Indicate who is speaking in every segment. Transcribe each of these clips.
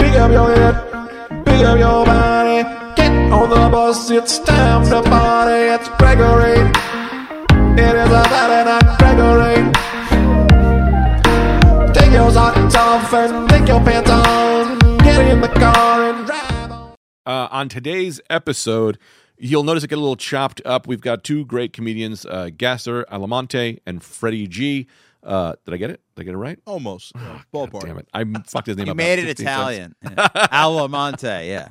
Speaker 1: up your head, pick up your body. Get on the bus, it's time to party. It's Gregory. It is a Saturday night, Gregory. Take your socks off and take your pants on. Get in the car and drive on.
Speaker 2: Uh, on today's episode, you'll notice it get a little chopped up. We've got two great comedians, uh, Gasser Alamonte and Freddie G. Uh, did I get it? Did I get it right?
Speaker 3: Almost. Yeah, Ballpark.
Speaker 2: Oh, Damn it! I fucked his name
Speaker 4: You
Speaker 2: up.
Speaker 4: made
Speaker 2: about
Speaker 4: it
Speaker 2: 15 times.
Speaker 4: Italian. Yeah. Alamonte,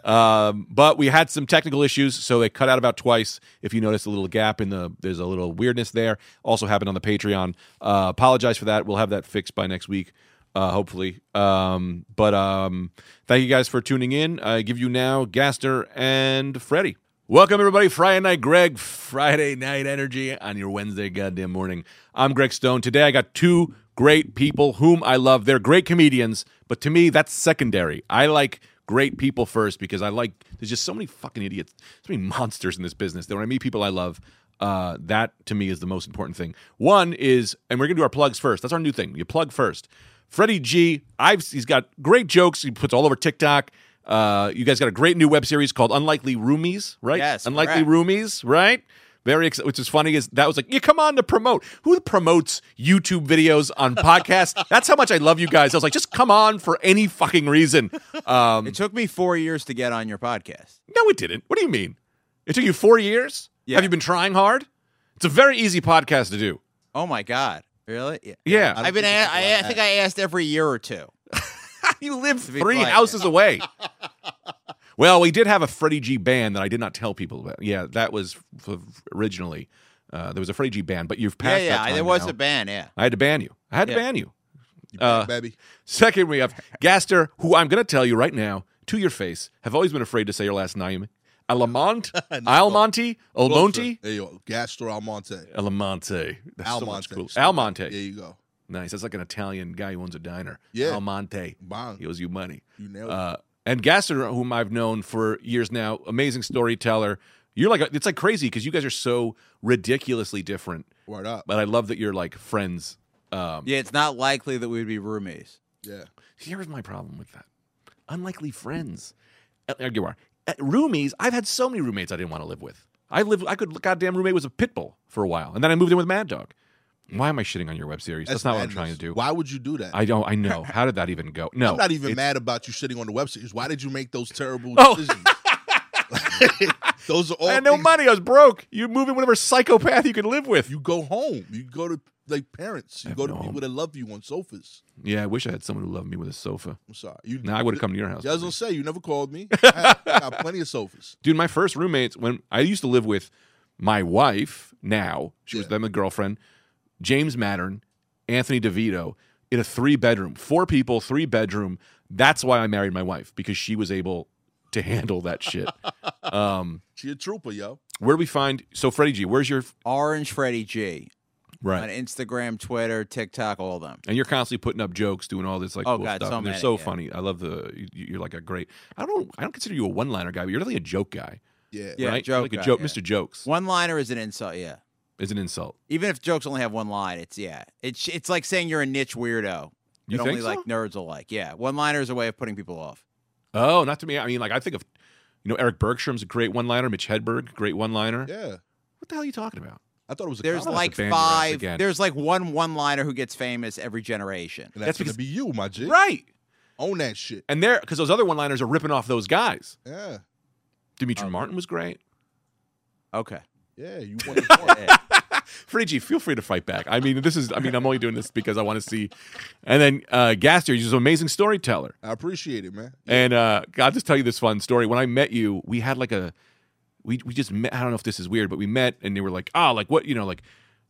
Speaker 4: yeah.
Speaker 2: Um, but we had some technical issues, so they cut out about twice. If you notice a little gap in the, there's a little weirdness there. Also happened on the Patreon. Uh, apologize for that. We'll have that fixed by next week, uh, hopefully. Um, but um, thank you guys for tuning in. I give you now Gaster and Freddie. Welcome everybody, Friday night, Greg. Friday night energy on your Wednesday goddamn morning. I'm Greg Stone. Today I got two great people whom I love. They're great comedians, but to me that's secondary. I like great people first because I like there's just so many fucking idiots, so many monsters in this business that when I meet people I love, uh, that to me is the most important thing. One is, and we're gonna do our plugs first. That's our new thing. You plug first. Freddie G, I've he's got great jokes. He puts all over TikTok. Uh, you guys got a great new web series called Unlikely Roomies, right?
Speaker 4: Yes,
Speaker 2: Unlikely
Speaker 4: correct.
Speaker 2: Roomies, right? Very, ex- which is funny is that was like, you come on to promote. Who promotes YouTube videos on podcasts? That's how much I love you guys. I was like, just come on for any fucking reason. Um,
Speaker 4: It took me four years to get on your podcast.
Speaker 2: no, it didn't. What do you mean? It took you four years?
Speaker 4: Yeah.
Speaker 2: Have you been trying hard? It's a very easy podcast to do.
Speaker 4: Oh my god, really? Yeah.
Speaker 2: Yeah.
Speaker 4: I've been. A- I, I think I asked every year or two.
Speaker 2: you live
Speaker 4: To be
Speaker 2: three
Speaker 4: polite,
Speaker 2: houses away. well, we did have a Freddie G band that I did not tell people about. Yeah, that was f- originally. Uh, there was a Freddie G band, but you've
Speaker 4: Yeah,
Speaker 2: passed that
Speaker 4: yeah.
Speaker 2: time
Speaker 4: There was
Speaker 2: now.
Speaker 4: a ban. Yeah.
Speaker 2: I had to ban you. I had to
Speaker 4: Yeah.
Speaker 2: ban you.
Speaker 3: You
Speaker 2: Uh,
Speaker 3: back, baby.
Speaker 2: Second, we have Gaster, who I'm going to tell you right now, to your face, have always been afraid to say your last name. Alamont, Almonte, Olmonte,
Speaker 3: There you go. Gastro Almonte.
Speaker 2: Alamonte. That's so much
Speaker 3: Almonte.
Speaker 2: cooler. Almonte.
Speaker 3: There you go.
Speaker 2: Nice. That's like an Italian guy who owns a diner.
Speaker 3: Yeah.
Speaker 2: Almonte. He
Speaker 3: Bong.
Speaker 2: owes you money.
Speaker 3: You nailed it.
Speaker 2: Uh, and Gasser, whom I've known for years now, amazing storyteller. You're like a- it's like crazy because you guys are so ridiculously different.
Speaker 3: Word up.
Speaker 2: But I love that you're like friends. Um,
Speaker 4: Yeah. It's not likely that we would be roommates.
Speaker 3: Yeah.
Speaker 2: Here's my problem with that: unlikely friends. Uh, there you are. Uh, roomies. I've had so many roommates I didn't want to live with. I lived. I could. Goddamn roommate was a pit bull for a while, and then I moved in with Mad Dog. Why am I shitting on your web series? That's, not
Speaker 3: madness.
Speaker 2: what I'm trying to do.
Speaker 3: Why would you do that?
Speaker 2: I don't. I know. How did that even go? No.
Speaker 3: I'm not even
Speaker 2: it's-
Speaker 3: mad about you sitting on the web series. Why did you make those terrible
Speaker 2: Oh.
Speaker 3: decisions? those are all
Speaker 2: I had no
Speaker 3: things-
Speaker 2: money. I was broke. You move in whatever psychopath you could live with.
Speaker 3: You go home. You go to like parents. You
Speaker 2: have
Speaker 3: go to
Speaker 2: no
Speaker 3: people
Speaker 2: home.
Speaker 3: that love you on sofas.
Speaker 2: Yeah, I wish I had someone who loved me with a sofa.
Speaker 3: I'm sorry. You,
Speaker 2: Now I would have come to your house.
Speaker 3: I was gonna say you never called me. I, had, I got plenty of sofas.
Speaker 2: Dude, my first roommates when I used to live with my wife now, she was
Speaker 3: Yeah.
Speaker 2: then my girlfriend, James Mattern, Anthony DeVito, in a three bedroom, four people, three bedroom. That's why I married my wife, because she was able to handle that shit. um,
Speaker 3: She a trooper, yo.
Speaker 2: where do we find so Freddie G, where's your
Speaker 4: Orange Freddie G on
Speaker 2: right?
Speaker 4: Instagram, Twitter, TikTok, all of them.
Speaker 2: And you're constantly putting up jokes, doing all this like
Speaker 4: Oh,
Speaker 2: cool
Speaker 4: God,
Speaker 2: stuff.
Speaker 4: so
Speaker 2: and they're
Speaker 4: many,
Speaker 2: so
Speaker 4: yeah.
Speaker 2: funny. I love the you- you're like a great. I don't I don't consider you a one liner guy, but you're really a joke guy,
Speaker 3: Yeah.
Speaker 4: Yeah,
Speaker 2: right?
Speaker 4: joke
Speaker 2: like a
Speaker 4: guy,
Speaker 2: joke,
Speaker 4: yeah.
Speaker 2: Mr. Jokes
Speaker 4: One liner is an insult. Yeah.
Speaker 2: is an insult.
Speaker 4: Even if jokes only have one line, it's yeah. It's it's like saying you're a niche weirdo.
Speaker 2: You
Speaker 4: that
Speaker 2: think
Speaker 4: only
Speaker 2: so?
Speaker 4: like nerds will like. Yeah. One liner is a way of putting people off.
Speaker 2: Oh, not to me. I mean, like I think of, you know, Eric Bergstrom's a great one-liner. Mitch Hedberg, great one-liner.
Speaker 3: Yeah.
Speaker 2: What the hell are you talking about?
Speaker 3: I thought it was a
Speaker 4: There's
Speaker 2: I'll have to
Speaker 4: like
Speaker 2: ban your ass
Speaker 4: five.
Speaker 2: again.
Speaker 4: There's like one one liner who gets famous every generation.
Speaker 3: that's,
Speaker 2: That's because-
Speaker 3: gonna be you, my G.
Speaker 2: Right.
Speaker 3: Own that shit.
Speaker 2: And there, because those other one-liners are ripping off those guys.
Speaker 3: Yeah.
Speaker 2: Dimitri
Speaker 4: Oh.
Speaker 2: Martin was great.
Speaker 4: Okay.
Speaker 3: Yeah. You want to
Speaker 2: Friggy, feel free to fight back. I mean, this is. I mean, I'm only doing this because I want to see. And then uh, Gaster, he's an amazing storyteller.
Speaker 3: I appreciate it, man.
Speaker 2: And uh, I'll just tell you this fun story. When I met you, we had like a, we we just met. I don't know if this is weird, but we met and they were like, ah, like what you know, like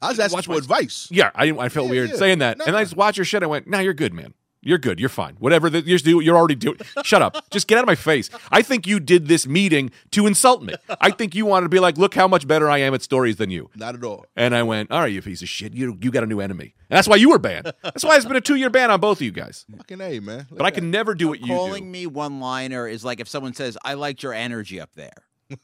Speaker 3: I was asking
Speaker 2: Watch
Speaker 3: for
Speaker 2: my-
Speaker 3: advice.
Speaker 2: yeah, I didn't. I felt
Speaker 3: Yeah,
Speaker 2: weird
Speaker 3: yeah.
Speaker 2: saying that, and I
Speaker 3: Nah.
Speaker 2: just watched your shit. I went, nah, you're good, man. You're good. You're fine. Whatever that you're do, you're already doing. Shut up. Just get out of my face. I think you did this meeting to insult me. I think you wanted to be like, look how much better I am at stories than you.
Speaker 3: Not at all.
Speaker 2: And I went, all right, you piece of shit. You you got a new enemy, and that's why you were banned. That's why it's been a two year ban on both of you guys.
Speaker 3: Fucking A, man. Look
Speaker 2: But I
Speaker 3: at that.
Speaker 2: can never do what you
Speaker 4: calling
Speaker 2: do.
Speaker 4: me one liner is like if someone says, "I liked your energy up there."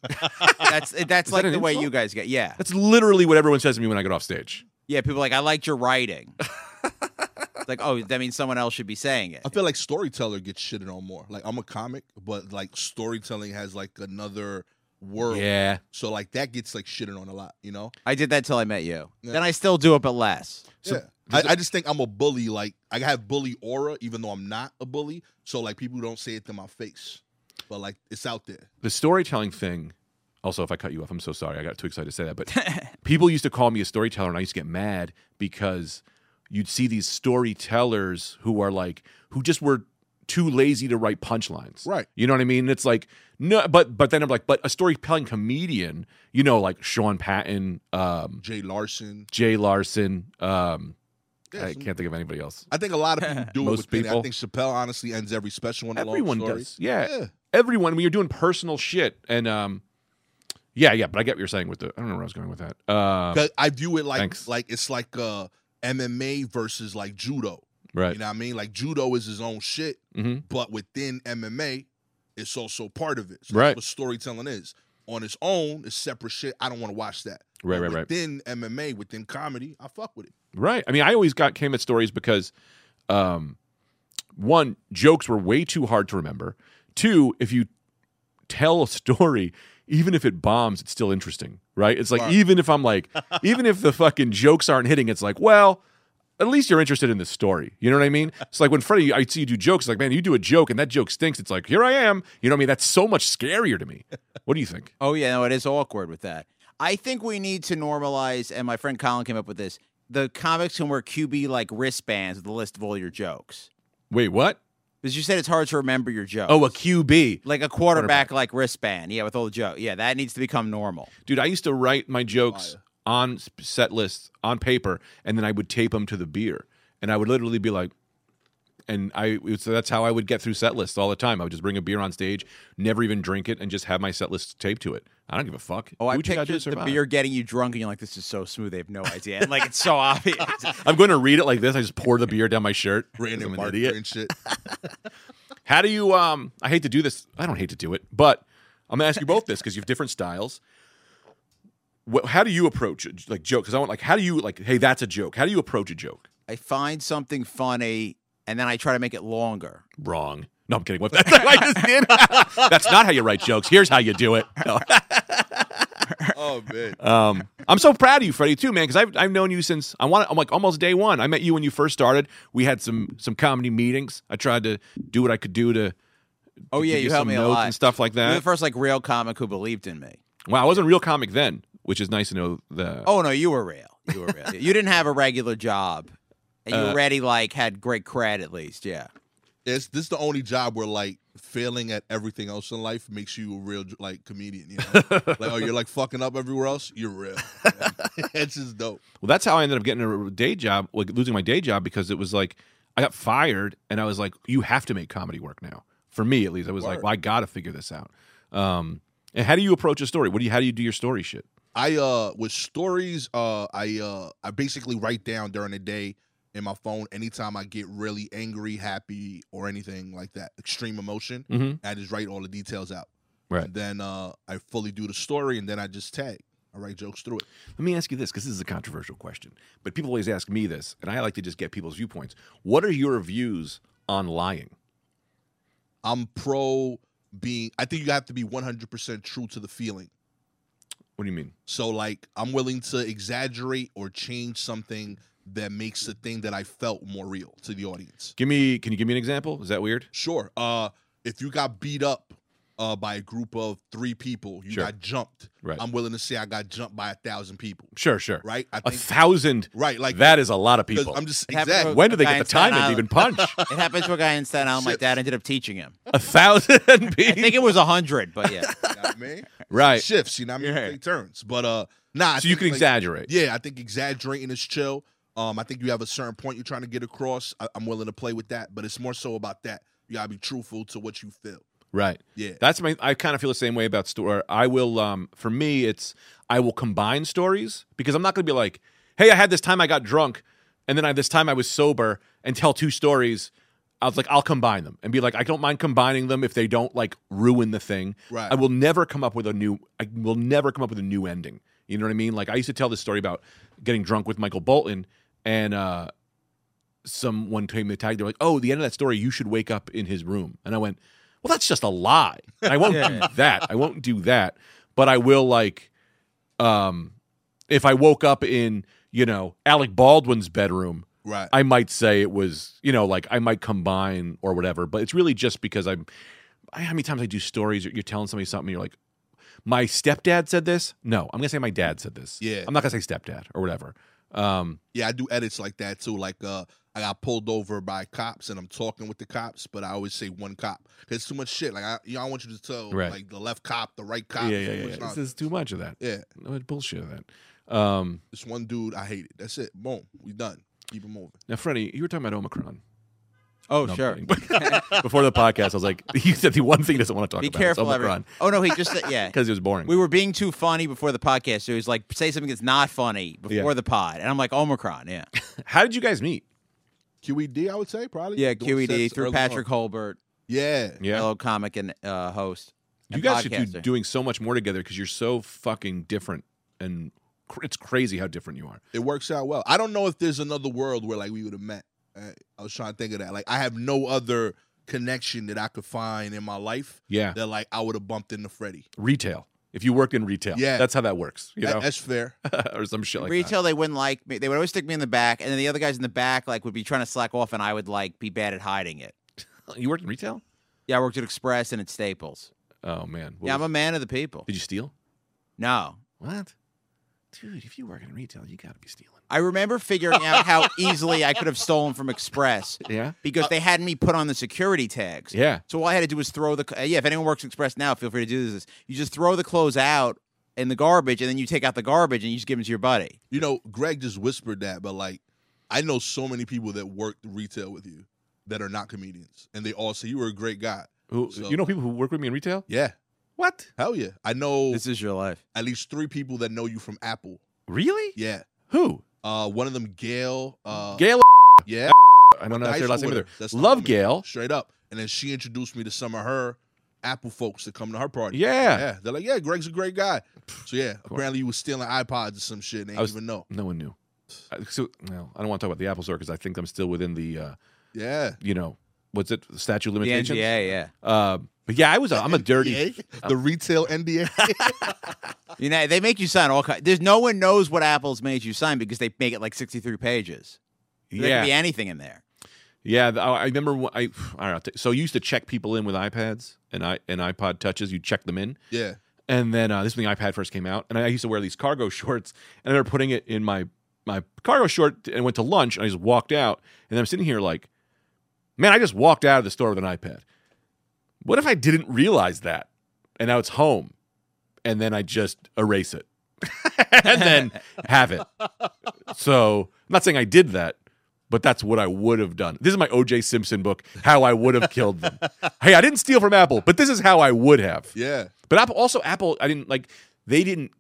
Speaker 4: that's that's
Speaker 2: Is
Speaker 4: like
Speaker 2: that an
Speaker 4: the way
Speaker 2: insult?
Speaker 4: you guys get. Yeah,
Speaker 2: That's literally what everyone says to me when I get off stage.
Speaker 4: yeah. People are like, "I liked your writing." It's like, oh, that means someone else should be saying it.
Speaker 3: I feel like storyteller gets shitted on more. Like I'm a comic, but like storytelling has like another world.
Speaker 2: Yeah.
Speaker 3: So like that gets like shitted on a lot, you know?
Speaker 4: I did that till I met you.
Speaker 3: Yeah.
Speaker 4: Then I still do it, but less.
Speaker 2: So-
Speaker 3: yeah. I, I just think I'm a bully. Like I have bully aura, even though I'm not a bully. So like people don't say it to my face, but like it's out there.
Speaker 2: The storytelling thing. Also, if I cut you off, I'm so sorry. I got too excited to say that. But people used to call me a storyteller, and I used to get mad because you'd see these storytellers who are like, who just were too lazy to write punchlines.
Speaker 3: Right.
Speaker 2: You know what I mean? It's like no, but but then I'm like, but a storytelling comedian, you know, like Sean Patton, um,
Speaker 3: Jay Larson.
Speaker 2: Jay Larson. Um,
Speaker 3: Yeah,
Speaker 2: I
Speaker 3: some-
Speaker 2: can't think of anybody else.
Speaker 3: I think a lot of people do it
Speaker 2: Most
Speaker 3: with Penny.
Speaker 2: people.
Speaker 3: I think Chappelle honestly ends every special one.
Speaker 2: Everyone
Speaker 3: long story.
Speaker 2: does. Yeah.
Speaker 3: Yeah.
Speaker 2: Everyone, when you're doing personal shit, and um, yeah, yeah. But I get what you're saying with the. I don't know where I was going with that. Um,
Speaker 3: 'Cause I view it like
Speaker 2: Thanks.
Speaker 3: like it's like uh MMA versus like judo.
Speaker 2: right.
Speaker 3: You know what I mean? Like judo is his own shit,
Speaker 2: mm-hmm.
Speaker 3: but within MMA, it's also part of it. So
Speaker 2: Right.
Speaker 3: That's what storytelling is. On its own, it's separate shit. I don't want to watch that.
Speaker 2: Right, right,
Speaker 3: But
Speaker 2: right.
Speaker 3: Within MMA, within comedy, I fuck with it.
Speaker 2: Right. I mean, I always got came at stories because um one, jokes were way too hard to remember. Two, if you tell a story, even if it bombs, it's still interesting, right? It's like
Speaker 3: Right.
Speaker 2: even if I'm like even if the fucking jokes aren't hitting, it's like, well, at least you're interested in the story. You know what I mean? It's like when Freddie, I see you do jokes, like, man, you do a joke and that joke stinks. It's like, here I am. You know what I mean? That's so much scarier to me. What do you think?
Speaker 4: Oh yeah, no, it is awkward with that. I think we need to normalize, and my friend Colin came up with this. The comics can wear QB like wristbands with a list of all your jokes.
Speaker 2: Wait, what?
Speaker 4: Because you said it's hard to remember your jokes.
Speaker 2: Oh, a QB.
Speaker 4: like a quarterback like wristband. Yeah, with all the joke. Yeah, that needs to become normal.
Speaker 2: Dude, I used to write my jokes on sp- set lists on paper, and then I would tape them to the beer, and I would literally be like, and I so that's how I would get through set lists all the time. I would just bring a beer on stage, never even drink it, and just have my set list taped to it. I don't give a fuck.
Speaker 4: Oh,
Speaker 2: Do
Speaker 4: I
Speaker 2: what you gotta do to
Speaker 4: pictured the
Speaker 2: survive.
Speaker 4: beer getting you drunk, and you're like, "This is so smooth." They have no idea. And, like it's so obvious.
Speaker 2: I'm going to read it like this. I just pour the beer down my shirt. 'cause
Speaker 3: Brandon
Speaker 2: I'm an
Speaker 3: Marker
Speaker 2: idiot.
Speaker 3: and shit.
Speaker 2: How do you? Um, I hate to do this. I don't hate to do it, but I'm gonna ask you both this because you have different styles. What, how do you approach a j- like joke? Because I want like how do you like? Hey, that's a joke. How do you approach a joke?
Speaker 4: I find something funny, and then I try to make it longer.
Speaker 2: Wrong. No, I'm kidding. What that's what I just did. that's not how you write jokes. Here's how you do it. No.
Speaker 3: oh man.
Speaker 2: Um, I'm so proud of you, Freddie, too, man. Because I've I've known you since I want. I'm like almost day one. I met you when you first started. We had some some comedy meetings. I tried to do what I could do to.
Speaker 4: Oh
Speaker 2: to
Speaker 4: yeah,
Speaker 2: give
Speaker 4: you helped
Speaker 2: some
Speaker 4: me a
Speaker 2: notes
Speaker 4: lot
Speaker 2: and stuff like
Speaker 4: You're
Speaker 2: that.
Speaker 4: the first like real comic who believed in me.
Speaker 2: wow, I wasn't a real comic then, which is nice to know. The
Speaker 4: Oh no, you were real. You were real. you didn't have a regular job, and
Speaker 2: Uh,
Speaker 4: you already like had great cred at least. Yeah.
Speaker 3: It's this is the only job where like failing at everything else in life makes you a real like comedian, you know? like oh you're like fucking up everywhere else, you're real. That's just dope.
Speaker 2: Well, that's how I ended up getting a day job, like losing my day job because it was like I got fired and I was like, you have to make comedy work now. For me, at least, I was like,
Speaker 3: Word.
Speaker 2: well, I got to figure this out. Um, and how do you approach a story? What do you, how do you do your story shit?
Speaker 3: I uh with stories, uh I uh I basically write down during the day in my phone anytime I get really angry, happy, or anything like that, extreme emotion.
Speaker 2: Mm-hmm.
Speaker 3: I just write all the details out.
Speaker 2: Right.
Speaker 3: And then uh I fully do the story and then I just tag. I write jokes through it.
Speaker 2: Let me ask you this because this is a controversial question, but people always ask me this, and I like to just get people's viewpoints. What are your views on lying?
Speaker 3: I'm pro being I think you have to be 100% true to the feeling.
Speaker 2: What do you mean?
Speaker 3: So like I'm willing to exaggerate or change something that makes the thing that I felt more real to the audience.
Speaker 2: Give me, can you give me an example? Is that weird?
Speaker 3: Sure. Uh, if you got beat up uh, by a group of three people, you
Speaker 2: Sure.
Speaker 3: got jumped.
Speaker 2: Right.
Speaker 3: I'm willing to say I got jumped by a thousand people.
Speaker 2: Sure, sure.
Speaker 3: Right. I
Speaker 2: A
Speaker 3: think.
Speaker 2: thousand.
Speaker 3: right. Like
Speaker 2: that is a lot of
Speaker 3: 'cause
Speaker 2: people.
Speaker 3: I'm just
Speaker 4: It happened
Speaker 3: exactly.
Speaker 4: to-
Speaker 2: when do they
Speaker 4: Guy
Speaker 2: get the
Speaker 4: in Staten
Speaker 2: time to
Speaker 4: Island.
Speaker 2: even punch?
Speaker 4: It happened to a guy in Staten Island like
Speaker 3: Shit.
Speaker 4: that. and ended up teaching him.
Speaker 2: a thousand
Speaker 4: I
Speaker 2: people.
Speaker 4: think it was a hundred, but yeah.
Speaker 3: You know what I mean?
Speaker 2: Right.
Speaker 3: Shifts. You know what I mean?
Speaker 4: Yeah.
Speaker 3: They turns. But uh, nah. I
Speaker 2: so you
Speaker 3: think,
Speaker 2: can
Speaker 3: like,
Speaker 2: exaggerate.
Speaker 3: Yeah, I think exaggerating is chill. Um, I think you have a certain point you're trying to get across. I- I'm willing to play with that, but it's more so about that. You gotta be truthful to what you feel.
Speaker 2: Right.
Speaker 3: Yeah.
Speaker 2: That's my I kind of feel the same way about story. I will um for me it's I will combine stories because I'm not going to be like, "Hey, I had this time I got drunk and then I this time I was sober" and tell two stories. I was like, I'll combine them and be like, I don't mind combining them if they don't like ruin the thing.
Speaker 3: Right.
Speaker 2: I will never come up with a new I will never come up with a new ending. You know what I mean? Like I used to tell this story about getting drunk with Michael Bolton and uh someone came to tag. They're like, "Oh, the end of that story, you should wake up in his room." And I went, "Well, that's just a lie. I won't do that. I won't do that. But I will like, um, if I woke up in you know Alec Baldwin's bedroom,
Speaker 3: Right.
Speaker 2: I might say it was, you know, like I might combine or whatever, but it's really just because I'm. I, how many times I do stories? You're, you're telling somebody something, you're like, my stepdad said this. No, I'm gonna say my dad said this.
Speaker 3: Yeah.
Speaker 2: I'm not gonna say stepdad or whatever. Um,
Speaker 3: Yeah, I do edits like that too. Like uh I got pulled over by cops and I'm talking with the cops, but I always say one cop. Cause it's too much shit. Like I you know, I want you to tell
Speaker 2: Right.
Speaker 3: like the left cop, the right
Speaker 2: yeah,
Speaker 3: cop.
Speaker 2: yeah,
Speaker 3: It's
Speaker 2: yeah.
Speaker 3: too much
Speaker 2: This
Speaker 3: nonsense.
Speaker 2: is too much of that.
Speaker 3: yeah.
Speaker 2: No, bullshit of that. Um,
Speaker 3: This one dude I hated. That's it. Boom. We done. Keep it moving.
Speaker 2: now, Freddie, you were talking about Omicron.
Speaker 4: Oh,
Speaker 2: No, I'm
Speaker 4: sure.
Speaker 2: kidding. Before the podcast, I was like, you said the one thing he doesn't want to talk
Speaker 4: Be
Speaker 2: about
Speaker 4: careful,
Speaker 2: is
Speaker 4: everyone.
Speaker 2: Omicron
Speaker 4: Oh no, he just said yeah.
Speaker 2: because it was boring.
Speaker 4: We were being too funny before the podcast. So he was like, say something that's not funny before
Speaker 2: Yeah.
Speaker 4: the pod. And I'm like, Omicron, yeah.
Speaker 2: How did you guys meet?
Speaker 3: QED, E I would say, probably.
Speaker 4: Yeah,
Speaker 3: Doing
Speaker 2: E
Speaker 4: QED
Speaker 3: sets early
Speaker 4: through
Speaker 3: on.
Speaker 4: Patrick Holbert,
Speaker 3: Yeah.
Speaker 2: Yeah,
Speaker 4: fellow comic and uh, host.
Speaker 2: you
Speaker 4: and
Speaker 2: guys should be
Speaker 4: podcaster.
Speaker 2: doing so much more together because you're so fucking different, and cr- it's crazy how different you are.
Speaker 3: It works out well. I don't know if there's another world where like we would have met. I, I was trying to think of that. Like I have no other connection that I could find in my life
Speaker 2: Yeah,
Speaker 3: that like I would have bumped into Freddie.
Speaker 2: retail. If you worked in retail,
Speaker 3: Yeah.
Speaker 2: that's how that works. You
Speaker 3: That-
Speaker 2: know,
Speaker 3: that's fair.
Speaker 2: or some shit like
Speaker 4: Retail, they wouldn't like me. They would always stick me in the back, and then the other guys in the back like would be trying to slack off, and I would like be bad at hiding it.
Speaker 2: that. You worked in retail?
Speaker 4: Yeah, I worked at Express and at Staples.
Speaker 2: Oh man, What
Speaker 4: yeah, I'm
Speaker 2: was-
Speaker 4: a man of the people.
Speaker 2: did you steal?
Speaker 4: No,
Speaker 2: What, dude? If you work in retail, you gotta be stealing.
Speaker 4: I remember figuring out how easily I could have stolen from Express
Speaker 2: Yeah,
Speaker 4: because they had me put on the security tags.
Speaker 2: Uh, yeah.
Speaker 4: So all I had to do was throw the uh, yeah. If anyone works Express now, feel free to do this. You just throw the clothes out in the garbage, and then you take out the garbage and you just give them to your buddy.
Speaker 3: You know, Greg just whispered that, but like, I know so many people that worked retail with you that are not comedians, and they all say you were a great guy.
Speaker 2: Who,
Speaker 3: So-
Speaker 2: you know people who work with me in retail?
Speaker 3: Yeah,
Speaker 2: What?
Speaker 3: hell yeah. I know
Speaker 4: This is your life.
Speaker 3: at least three people that know you from Apple.
Speaker 2: Really?
Speaker 3: Yeah,
Speaker 2: Who?
Speaker 3: uh, one of them, Gail. Uh,
Speaker 2: Gail.
Speaker 3: Yeah,
Speaker 2: I don't know
Speaker 3: Went to
Speaker 2: that's
Speaker 3: high
Speaker 2: their last name
Speaker 3: school with
Speaker 2: either.
Speaker 3: her. That's the
Speaker 2: Love
Speaker 3: homie,
Speaker 2: Gail.
Speaker 3: straight up. And then she introduced me to some of her Apple folks that come to her party.
Speaker 2: Yeah.
Speaker 3: yeah. They're like, yeah, Greg's a great guy. So yeah, apparently you was stealing iPods or some shit. And they
Speaker 2: I
Speaker 3: didn't
Speaker 2: was-
Speaker 3: even know.
Speaker 2: No one knew. I- So no, I don't want to talk about the Apple Store because I think I'm still within the uh,
Speaker 3: Yeah,
Speaker 2: you know what's it statute of
Speaker 4: The
Speaker 2: limitations.
Speaker 4: NGA, yeah.
Speaker 2: Uh, but yeah, I was. A, I'm a dirty.
Speaker 3: NDA? the retail NDA.
Speaker 4: You know, they make you sign all kinds. There's no one knows what Apple's made you sign because they make it like 63 pages. There
Speaker 2: yeah,
Speaker 4: could be anything in there.
Speaker 2: Yeah, th- I I remember. wh- I I don't know. So you used to check people in with iPads and i and iPod touches. You check them in,
Speaker 3: yeah,
Speaker 2: and then uh, this is when the iPad first came out, and I used to wear these cargo shorts, and I remember putting it in my my cargo short and went to lunch, and I just walked out, and I'm sitting here like, man, I just walked out of the store with an iPad. What if I didn't realize that, and now it's home, and then I just erase it, and then have it. So I'm not saying I did that. But that's what I would have done. This is my O.J. Simpson book, How I Would Have Killed Them. hey, I didn't steal from Apple, but this is how I would have.
Speaker 3: yeah.
Speaker 2: But Apple also Apple, I didn't like they didn't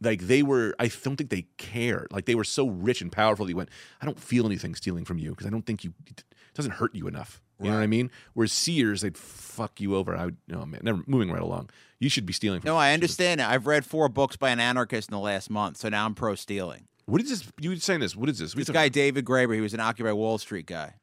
Speaker 2: like they were I don't think they cared. Like they were so rich and powerful that you went, I don't feel anything stealing from you because I don't think you it doesn't hurt you enough. You know what I mean? Whereas Sears, they'd fuck you over. I would no man, never moving right along. You should be stealing from
Speaker 4: No, I understand it. I've read four books by an anarchist in the last month, so now I'm pro stealing.
Speaker 2: What is this? You were saying this. What is this? What are
Speaker 4: This
Speaker 2: you
Speaker 4: guy,
Speaker 2: talking-
Speaker 4: David Graeber, he was an Occupy Wall Street guy.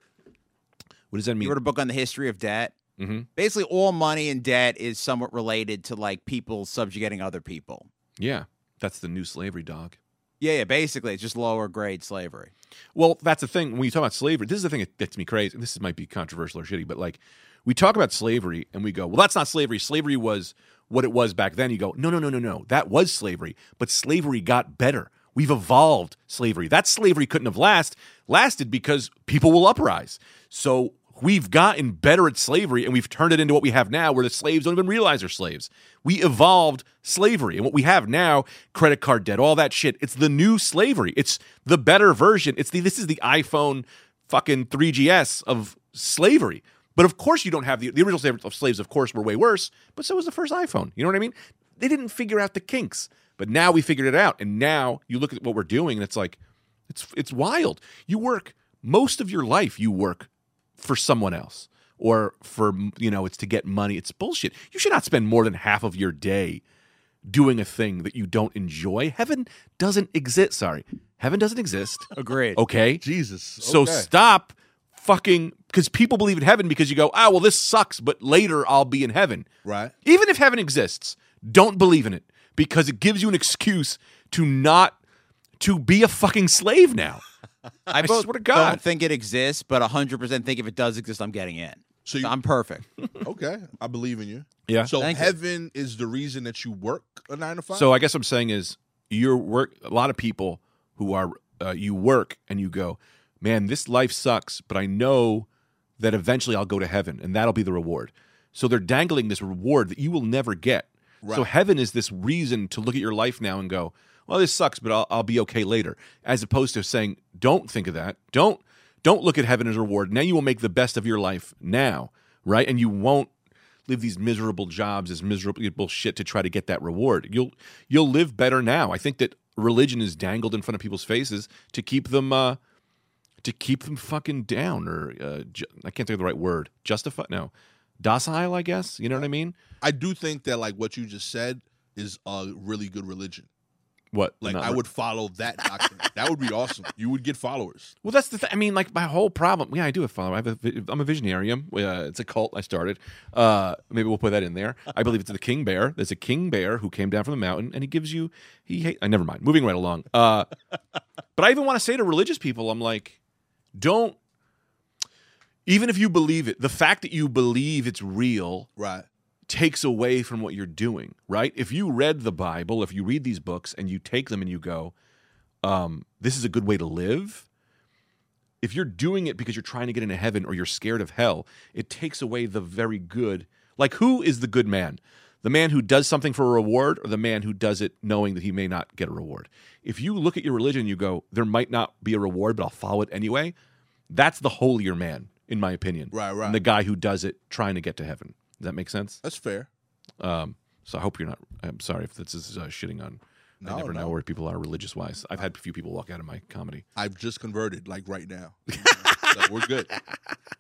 Speaker 2: what does that
Speaker 4: He
Speaker 2: mean?
Speaker 4: wrote a book on the history of debt.
Speaker 2: Mhm.
Speaker 4: Basically, all money and debt is somewhat related to like people subjugating other people.
Speaker 2: Yeah. That's the new slavery dog.
Speaker 4: Yeah, yeah. Basically, it's just lower grade slavery.
Speaker 2: Well, that's the thing. When you talk about slavery, this is the thing that gets me crazy. And this might be controversial or shitty, but like we talk about slavery and we go, well, that's not slavery. Slavery was what it was back then. You go, no, no, no, no, no. That was slavery, but slavery got better. We've evolved slavery. That slavery couldn't have last lasted because people will uprise. So we've gotten better at slavery and we've turned it into what we have now where the slaves don't even realize they're slaves. We evolved slavery and what we have now, credit card debt, all that shit. It's the new slavery. It's the better version. It's the this is the iPhone fucking 3GS of slavery. But of course you don't have the the original slaves of slaves of course were way worse, but so was the first iPhone. You know what I mean? They didn't figure out the kinks, but now we figured it out. And now you look at what we're doing and it's like it's it's wild. You work most of your life. You work for someone else, or for you know, it's to get money. It's bullshit. You should not spend more than half of your day doing a thing that you don't enjoy. Heaven doesn't exist. Sorry, heaven doesn't exist.
Speaker 4: Agreed.
Speaker 2: Okay,
Speaker 3: Jesus.
Speaker 2: so
Speaker 3: okay.
Speaker 2: stop fucking because people believe in heaven because you go, ah, well, this sucks, but later I'll be in heaven.
Speaker 3: Right.
Speaker 2: Even if heaven exists, don't believe in it because it gives you an excuse to not to be a fucking slave now. I,
Speaker 4: both
Speaker 2: swear to God.
Speaker 4: don't think it exists, but 100% think if it does exist, I'm getting in.
Speaker 3: So you
Speaker 4: So I'm perfect.
Speaker 3: okay? I believe in you.
Speaker 2: yeah.
Speaker 3: So
Speaker 4: Thank you.
Speaker 3: heaven is the reason that you work a nine to five.
Speaker 2: So I guess I'm saying is you're work a lot of people who are uh, you work and you go, man, this life sucks, but I know that eventually I'll go to heaven and that'll be the reward. So they're dangling this reward that you will never get. So
Speaker 3: Right.
Speaker 2: heaven is this reason to look at your life now and go, well, this sucks, but I'll, I'll be okay later, as opposed to saying, don't think of that. Don't don't look at heaven as a reward. Now you will make the best of your life now, right? And you won't live these miserable jobs as miserable shit to try to get that reward. You'll you'll live better now. I think that religion is dangled in front of people's faces to keep them uh, to keep them fucking down or uh, ju- I can't think of the right word. Justify no. Docile, I guess. You know what I mean?
Speaker 3: I do think that like what you just said is a really good religion.
Speaker 2: What?
Speaker 3: Like
Speaker 2: not
Speaker 3: I would follow that doctrine. that would be awesome. You would get followers.
Speaker 2: Well, that's the thing. I mean, like my whole problem. Yeah, I do have follow. I have a, vi- I'm a visionary. I'm, uh, it's a cult I started. Uh, maybe we'll put that in there. I believe it's the king bear. There's a king bear who came down from the mountain, and he gives you. He. Hate, uh, never mind. Moving right along. Uh, but I even want to say to religious people, I'm like, don't. Even if you believe it, the fact that you believe it's real
Speaker 3: Right.
Speaker 2: takes away from what you're doing, right? If you read the Bible, if you read these books and you take them and you go, um, this is a good way to live, if you're doing it because you're trying to get into heaven or you're scared of hell, it takes away the very good. Like, who is the good man? The man who does something for a reward or the man who does it knowing that he may not get a reward? If you look at your religion and you go, there might not be a reward, but I'll follow it anyway, that's the holier man, in my opinion.
Speaker 3: Right,
Speaker 2: And
Speaker 3: right.
Speaker 2: the guy who does it trying to get to heaven. Does that make sense?
Speaker 3: That's fair.
Speaker 2: Um, so I hope you're not. I'm sorry if this is uh, shitting on. I
Speaker 3: No,
Speaker 2: never know
Speaker 3: no.
Speaker 2: where people are religious wise. I've had a few people walk out of my comedy.
Speaker 3: I've just converted like right now. so we're good.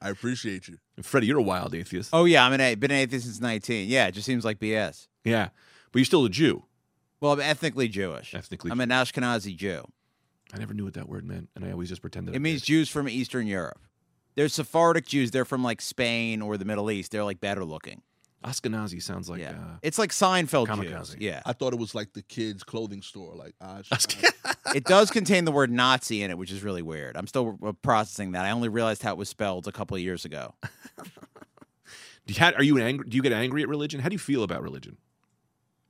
Speaker 3: I appreciate you.
Speaker 2: And Freddie, you're a wild atheist.
Speaker 4: Oh, yeah. I'm an, a- been an atheist since 19. Yeah, it just seems like BS.
Speaker 2: Yeah, but you're still a Jew
Speaker 4: Well, I'm ethnically Jewish.
Speaker 2: ethnically. i
Speaker 4: I'm an Ashkenazi Jew.
Speaker 2: never knew what that word meant, and I always just pretended. I
Speaker 4: It means
Speaker 2: did.
Speaker 4: Jews from Eastern Europe. There's Sephardic Jews. They're from like Spain or the Middle East. They're like better looking.
Speaker 2: Ashkenazi sounds like.
Speaker 4: yeah.
Speaker 2: Uh,
Speaker 4: it's like Seinfeld Jews.
Speaker 2: kamikaze.
Speaker 4: Yeah.
Speaker 3: I thought it was like the kids' clothing store. Like I
Speaker 4: it does contain the word Nazi in it, which is really weird. I'm still uh, processing that. I only realized how it was spelled a couple of years ago.
Speaker 2: do you, are you an angry? Do you get angry at religion? How do you feel about religion?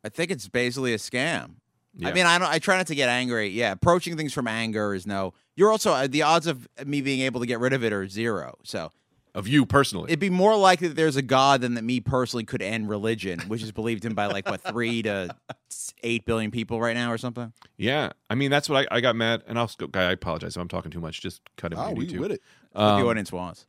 Speaker 4: I think it's basically a scam.
Speaker 2: Yeah.
Speaker 4: I mean, I don't. I try not to get angry. Yeah, approaching things from anger is no. You're also uh, the odds of me being able to get rid of it are zero. So
Speaker 2: Of you personally,
Speaker 4: it'd be more likely that there's a god than that me personally could end religion, which is believed in by like what three to s- eight billion people right now or something.
Speaker 2: yeah. I mean, that's what I, I got mad, and I'll go. Guy, I apologize if I'm talking too much. Just cut it.
Speaker 3: oh, we with it.
Speaker 4: What
Speaker 2: Um,
Speaker 4: the audience wants.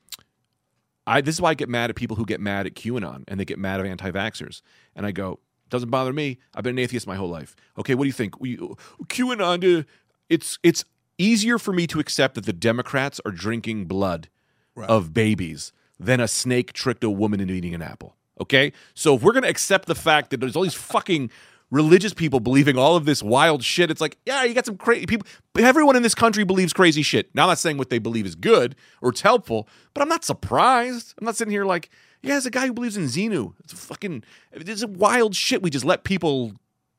Speaker 2: I this is why I get mad at people who get mad at QAnon and they get mad at anti-vaxxers. And I go, doesn't bother me. I've been an atheist my whole life. Okay, what do you think? We, QAnon, dude, it's it's easier for me to accept that the Democrats are drinking blood
Speaker 3: Right.
Speaker 2: of babies than a snake tricked a woman into eating an apple. Okay, so if we're gonna accept the fact that there's all these fucking religious people believing all of this wild shit, it's like, yeah, you got some crazy people. But everyone in this country believes crazy shit. Now, I'm not saying what they believe is good or it's helpful, but I'm not surprised. I'm not sitting here like, yeah, there's a guy who believes in Xenu. It's fucking, it's wild shit. We just let people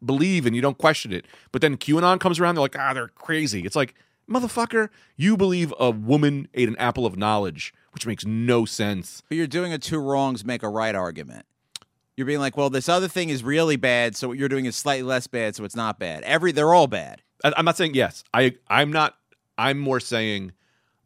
Speaker 2: believe and you don't question it. But then QAnon comes around, they're like, ah, they're crazy. It's like, motherfucker, you believe a woman ate an apple of knowledge, which makes no sense.
Speaker 4: But you're doing a two wrongs make a right argument. You're being like, well, this other thing is really bad, so what you're doing is slightly less bad, so it's not bad. Every they're all bad.
Speaker 2: I, I'm not saying yes. I I'm not. I'm more saying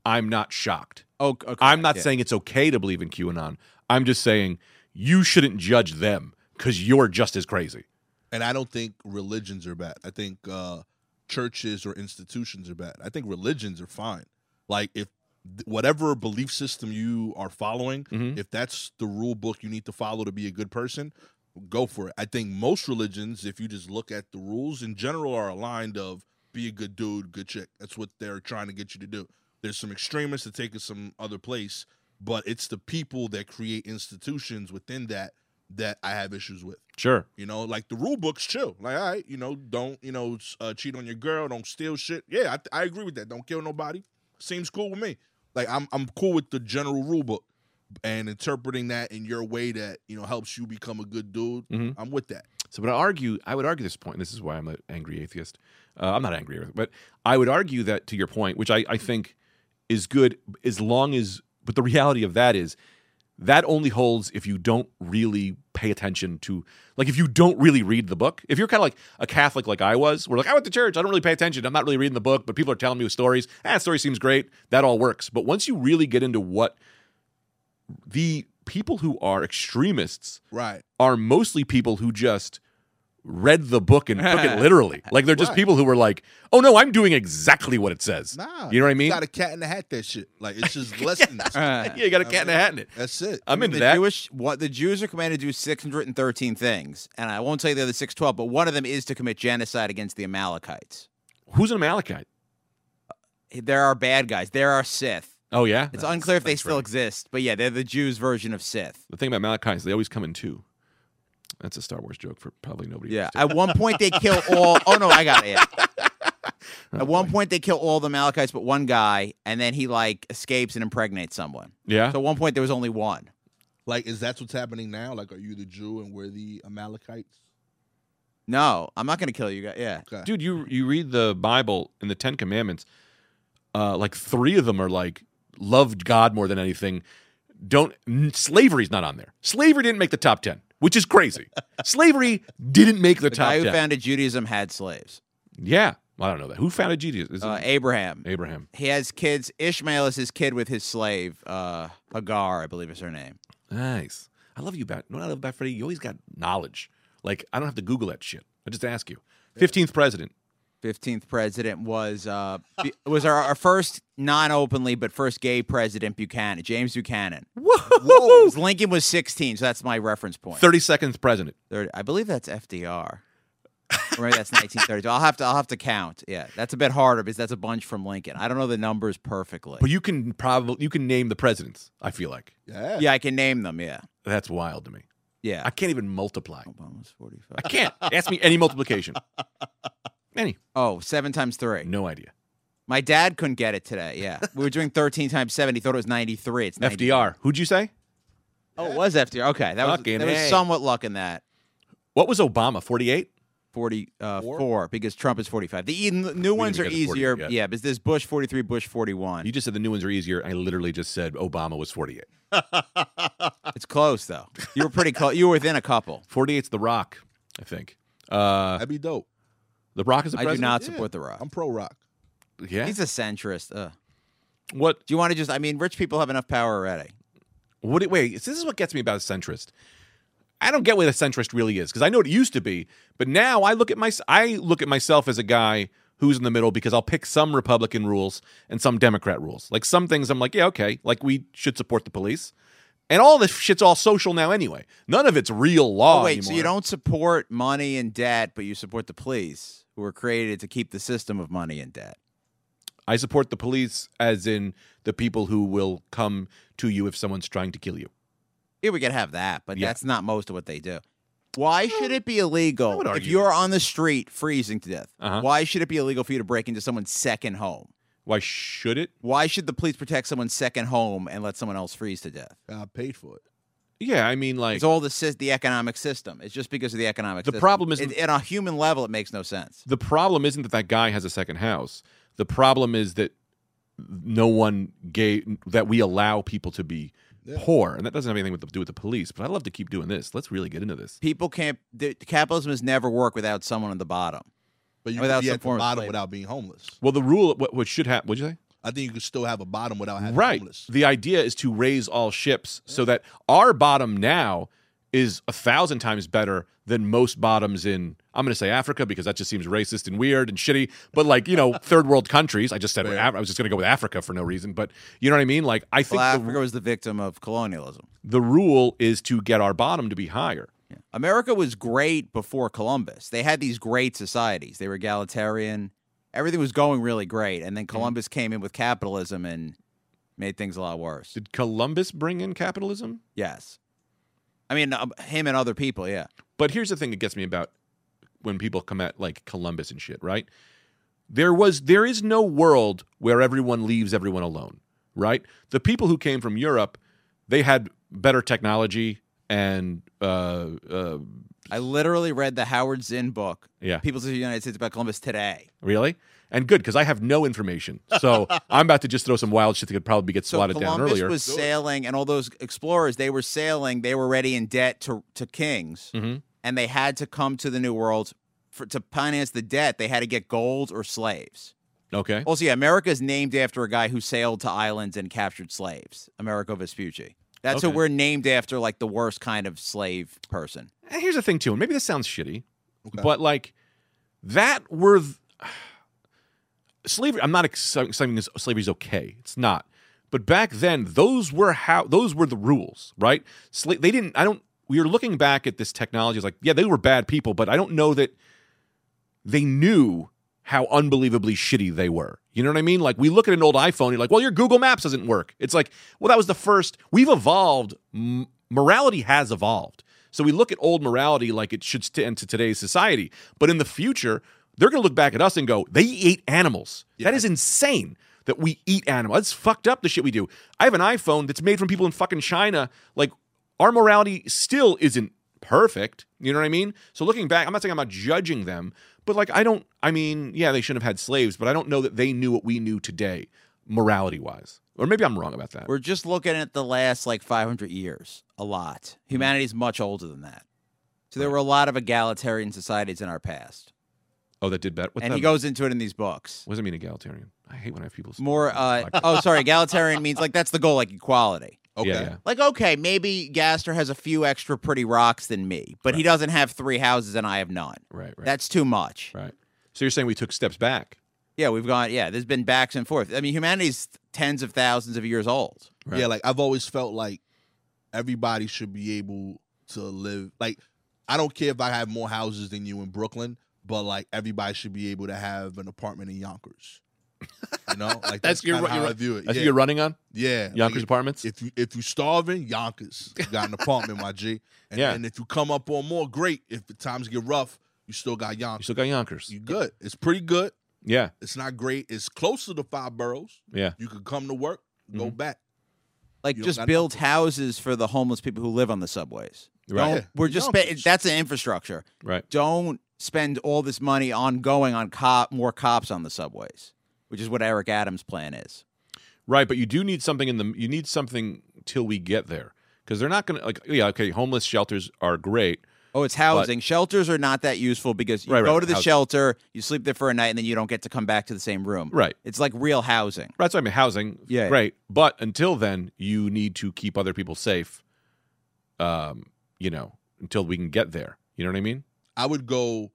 Speaker 2: I'm not shocked.
Speaker 4: Oh, c- okay.
Speaker 2: I'm not
Speaker 4: Yeah.
Speaker 2: saying it's okay to believe in QAnon. I'm just saying you shouldn't judge them because you're just as crazy.
Speaker 3: And I don't think religions are bad. I think uh, churches or institutions are bad. I think religions are fine. Like if th- whatever belief system you are following,
Speaker 2: Mhm.
Speaker 3: if that's the rule book you need to follow to be a good person, go for it. I think most religions, if you just look at the rules in general, are aligned of be a good dude, good chick. That's what they're trying to get you to do. There's some extremists that take it some other place, but it's the people that create institutions within that that I have issues with.
Speaker 2: Sure.
Speaker 3: You know, like the rule book's chill. Like, all right, you know, don't you know s- uh, cheat on your girl, don't steal shit. Yeah, I, I agree with that. Don't kill nobody. Seems cool with me. Like I'm I'm cool with the general rule book and interpreting that in your way that you know helps you become a good dude.
Speaker 2: Mhm.
Speaker 3: I'm with that.
Speaker 2: So, but I argue, I would argue this point. And this is why I'm an angry atheist. Uh, I'm not angry, but I would argue that to your point, which I, I think is good, as long as. But the reality of that is that only holds if you don't really pay attention to, like, if you don't really read the book. If you're kind of like a Catholic, like I was, we're like, I went to church, I don't really pay attention, I'm not really reading the book, but people are telling me stories. Ah, that story seems great. That all works. But once you really get into what the people who are extremists
Speaker 3: Right.
Speaker 2: are mostly people who just read the book and took it literally. Like they're just
Speaker 3: Right.
Speaker 2: people who were like, "Oh no, I'm doing exactly what it says."
Speaker 3: Nah.
Speaker 2: you know what I mean?
Speaker 3: You got a cat in the hat that shit. Like it's just lessons.
Speaker 4: Uh-huh.
Speaker 2: Uh, yeah, you got a cat in a hat in it.
Speaker 3: That's it.
Speaker 2: I'm into
Speaker 4: the
Speaker 2: that.
Speaker 4: Jewish what the Jews are commanded to do 613 things, and I won't tell you the other 612, but one of them is to commit genocide against the Amalekites.
Speaker 2: Who's an Amalekite?
Speaker 4: There are bad guys. There are Sith.
Speaker 2: Oh yeah,
Speaker 4: It's unclear if they still exist, but yeah, they're the Jews' version of Sith.
Speaker 2: the thing about Malachites, they always come in two. That's a Star Wars joke for probably nobody.
Speaker 4: Yeah.
Speaker 2: understood.
Speaker 4: At one point, they kill all. Oh no, I got it. Yeah.
Speaker 2: Oh,
Speaker 4: At one point, they kill all the Amalekites, but one guy, and then he like escapes and impregnates someone.
Speaker 2: yeah.
Speaker 4: So at one point, there was only one.
Speaker 3: Like, is that what's happening now? Like, are you the Jew and we're the Amalekites?
Speaker 4: No, I'm not gonna kill you guys. Yeah.
Speaker 3: Okay.
Speaker 2: dude, you you read the Bible and the Ten Commandments, uh, like three of them are like loved God more than anything. Don't n- slavery's not on there. Slavery didn't make the top ten, which is crazy. slavery didn't make the,
Speaker 4: The
Speaker 2: top
Speaker 4: guy who
Speaker 2: ten.
Speaker 4: founded Judaism had slaves.
Speaker 2: yeah, Well, I don't know that. Who founded Jesus? Is it
Speaker 4: Uh, Abraham.
Speaker 2: Abraham.
Speaker 4: he has kids. Ishmael is his kid with his slave, uh, Hagar, I believe is her name.
Speaker 2: Nice. I love you, Bat. No, I love Bat Freddy. You always got knowledge. Like I don't have to Google that shit. I just ask you. Fifteenth president.
Speaker 4: Fifteenth president was uh, be- was our, our first non-openly but first gay president Buchanan, James Buchanan.
Speaker 2: Whoa.
Speaker 4: Lincoln was sixteen, so that's my reference point.
Speaker 2: Thirty second president.
Speaker 4: Thirty- I believe that's FDR. Right, that's 1932. I'll have to I'll have to count. Yeah, that's a bit harder because that's a bunch from Lincoln. I don't know the numbers perfectly.
Speaker 2: But you can probably you can name the presidents. I feel like
Speaker 3: Yeah.
Speaker 4: yeah, I can name them. Yeah,
Speaker 2: that's wild to me.
Speaker 4: yeah.
Speaker 2: I can't even multiply.
Speaker 4: Obama's 45.
Speaker 2: I can't. Ask me any multiplication. Any.
Speaker 4: Oh, seven times three.
Speaker 2: No idea.
Speaker 4: My dad couldn't get it today. Yeah, we were doing 13 times 7. He thought it was 93. It's 90.
Speaker 2: FDR. Who'd you say?
Speaker 4: Oh, it was FDR. Okay, that was
Speaker 2: Fucking
Speaker 4: there was
Speaker 2: A.
Speaker 4: somewhat luck in that.
Speaker 2: What was Obama? 48?
Speaker 4: 44 uh,
Speaker 3: Four?
Speaker 4: four, because Trump is 45. The e- new ones are
Speaker 2: get to 40
Speaker 4: easier.
Speaker 2: yet.
Speaker 4: Yeah, but there's Bush 43, Bush 41.
Speaker 2: You just said the new ones are easier. I literally just said Obama was 48.
Speaker 4: It's close though. You were pretty close. You were within a couple.
Speaker 2: 48's The Rock, I think. Uh,
Speaker 3: That'd be dope.
Speaker 2: the Rock is the
Speaker 4: I do
Speaker 2: president?
Speaker 4: not
Speaker 3: Yeah.
Speaker 4: support the Rock.
Speaker 3: I'm pro rock.
Speaker 2: Yeah.
Speaker 4: He's a centrist. Ugh.
Speaker 2: what?
Speaker 4: Do you want to just? I mean, rich people have enough power already.
Speaker 2: What? it- Wait, this is what gets me about a centrist. I don't get what a centrist really is because I know it used to be, but now I look at my I look at myself as a guy who's in the middle because I'll pick some Republican rules and some Democrat rules. Like some things, I'm like, yeah, okay, like we should support the police, and all this shit's all social now anyway. None of it's real law.
Speaker 4: Oh, wait, so
Speaker 2: anymore.
Speaker 4: you don't support money and debt, but you support the police, who were created to keep the system of money and debt.
Speaker 2: I support the police as in the people who will come to you if someone's trying to kill you.
Speaker 4: Yeah, we could have that, but
Speaker 2: Yeah.
Speaker 4: that's not most of what they do. Why should it be illegal
Speaker 2: would
Speaker 4: if
Speaker 2: argue
Speaker 4: you're on the street freezing to death?
Speaker 2: Uh-huh.
Speaker 4: Why should it be illegal for you to break into someone's second home?
Speaker 2: Why should it?
Speaker 4: Why should the police protect someone's second home and let someone else freeze to death?
Speaker 3: I paid for it.
Speaker 2: Yeah, I mean, like
Speaker 4: It's all the sys- the economic system. It's just because of the economic.
Speaker 2: The
Speaker 4: system.
Speaker 2: problem is-
Speaker 4: It- at a human level, it makes no sense.
Speaker 2: the problem isn't that that guy has a second house. The problem is that no one gave that we allow people to be poor, and that doesn't have anything with, to do with the police. But I'd love to keep doing this. Let's really get into this.
Speaker 4: People can't. The, capitalism has never worked without someone on the bottom.
Speaker 3: But you
Speaker 4: Without
Speaker 3: can be
Speaker 4: some
Speaker 3: at the
Speaker 4: form of
Speaker 3: bottom
Speaker 4: slavery.
Speaker 3: without being homeless.
Speaker 2: Well, the rule, what, what should happen? What'd you say?
Speaker 3: I think you can still have a bottom without having
Speaker 2: right.
Speaker 3: homeless.
Speaker 2: The idea is to raise all ships so that our bottom now is a thousand times better than most bottoms in. I'm going to say Africa because that just seems racist and weird and shitty. But like you know, third world countries. I just said Af- I was just going to go with Africa for no reason. But you know what I mean? Like I think
Speaker 4: Well,
Speaker 2: the,
Speaker 4: Africa was the victim of colonialism.
Speaker 2: the rule is to get our bottom to be higher.
Speaker 4: America was great before Columbus. They had these great societies. They were egalitarian. Everything was going really great. And
Speaker 2: Mm-hmm.
Speaker 4: then Columbus came in with capitalism and made things a lot worse.
Speaker 2: Did Columbus bring in capitalism?
Speaker 4: Yes. I mean, um, him and other people, yeah.
Speaker 2: But here's the thing that gets me about when people come at like Columbus and shit, right? There was there is no world where everyone leaves everyone alone. right? The people who came from Europe, they had better technology and uh, uh,
Speaker 4: I literally read the Howard Zinn book,
Speaker 2: yeah,
Speaker 4: People's History of the United States about Columbus today.
Speaker 2: really, and good because I have no information, so I'm about to just throw some wild shit that could probably get
Speaker 4: So
Speaker 2: slotted down
Speaker 4: Columbus
Speaker 2: earlier.
Speaker 4: was
Speaker 3: Good.
Speaker 4: sailing, and all those explorers they were sailing. They were already in debt to to kings,
Speaker 2: Mhm.
Speaker 4: and they had to come to the New World for, to finance the debt. They had to get gold or slaves.
Speaker 2: Okay,
Speaker 4: Also, yeah, America is named after a guy who sailed to islands and captured slaves, Americo Vespucci. That's who
Speaker 2: Okay.
Speaker 4: we're named after, like the worst kind of slave person.
Speaker 2: and Eh, here's the thing too, and maybe this sounds shitty,
Speaker 3: Okay.
Speaker 2: but like that were th- slavery. I'm not ex- saying this slavery is okay. It's not. But back then, those were how those were the rules, right? Sla- they didn't. I don't. We were looking back at this technology. It's like, yeah, they were bad people, but I don't know that they knew how unbelievably shitty they were. You know what I mean? Like we look at an old iPhone, you're like, well, your Google Maps doesn't work. It's like, well, that was the first. We've evolved. M- morality has evolved. So we look at old morality like it should st- into today's society. But in the future, they're going to look back at us and go, they ate animals. That is insane that we eat animals. That's fucked up the shit we do. I have an iPhone that's made from people in fucking China. Like our morality still isn't perfect. You know what I mean? So looking back, I'm not saying I'm not judging them, but like I don't. I mean, yeah, they shouldn't have had slaves, but I don't know that they knew what we knew today, morality wise. Or maybe I'm wrong about that.
Speaker 4: We're just looking at the last like 500 years. A lot.
Speaker 2: Mm-hmm.
Speaker 4: Humanity's much older than that. So there were a lot of egalitarian societies in our past.
Speaker 2: oh, that did better. What's
Speaker 4: and
Speaker 2: that
Speaker 4: he
Speaker 2: mean?
Speaker 4: goes into it in these books.
Speaker 2: What does it mean egalitarian? I hate when I have people.
Speaker 4: More uh oh sorry, egalitarian means like that's the goal like equality.
Speaker 3: Okay.
Speaker 2: Yeah, yeah.
Speaker 4: Like okay, maybe Gaster has a few extra pretty rocks than me, but he doesn't have 3 houses and I have none.
Speaker 2: Right, right,
Speaker 4: That's too much.
Speaker 2: right. So you're saying we took steps back?
Speaker 4: Yeah, we've gone yeah, there's been backs and forth. I mean, humanity's tens of thousands of years old.
Speaker 2: Right.
Speaker 3: Yeah, like I've always felt like everybody should be able to live. Like, I don't care if I have more houses than you in Brooklyn, but like everybody should be able to have an apartment in Yonkers. You know, like that's,
Speaker 2: That's your-
Speaker 3: kinda how
Speaker 2: your-
Speaker 3: I view it.
Speaker 2: That's
Speaker 3: yeah,
Speaker 2: what you're running on
Speaker 3: yeah. like,
Speaker 2: Yonkers apartments.
Speaker 3: if you if you starving, Yonkers you got an apartment, my G. And,
Speaker 2: Yeah.
Speaker 3: and if you come up on more, great. If the times get rough, you still got
Speaker 2: you
Speaker 3: Yonkers.
Speaker 2: still got Yonkers.
Speaker 3: You good? It's pretty good.
Speaker 2: yeah,
Speaker 3: It's not great. It's close to the five boroughs.
Speaker 2: yeah.
Speaker 3: You could come to work, go back.
Speaker 4: Like
Speaker 3: You don't
Speaker 4: just
Speaker 3: got
Speaker 4: build houses for the homeless people who live on the subways.
Speaker 2: Right,
Speaker 3: Yeah.
Speaker 4: We're just spe-
Speaker 3: Yonkers.
Speaker 4: that's an infrastructure.
Speaker 2: right.
Speaker 4: don't spend all this money on going on cop more cops on the subways, which is what Eric Adams' plan is.
Speaker 2: Right, but you do need something in the you need something till we get there because they're not going to like yeah okay homeless shelters are great
Speaker 4: Oh, it's housing. Shelters are not that useful because you
Speaker 2: Right,
Speaker 4: go
Speaker 2: right,
Speaker 4: to the
Speaker 2: housing.
Speaker 4: shelter, you sleep there for a night, and then you don't get to come back to the same room.
Speaker 2: Right.
Speaker 4: It's like real housing.
Speaker 2: right so I mean housing
Speaker 4: Yeah.
Speaker 2: great but until then you need to keep other people safe um you know until we can get there you know what I mean
Speaker 3: I would go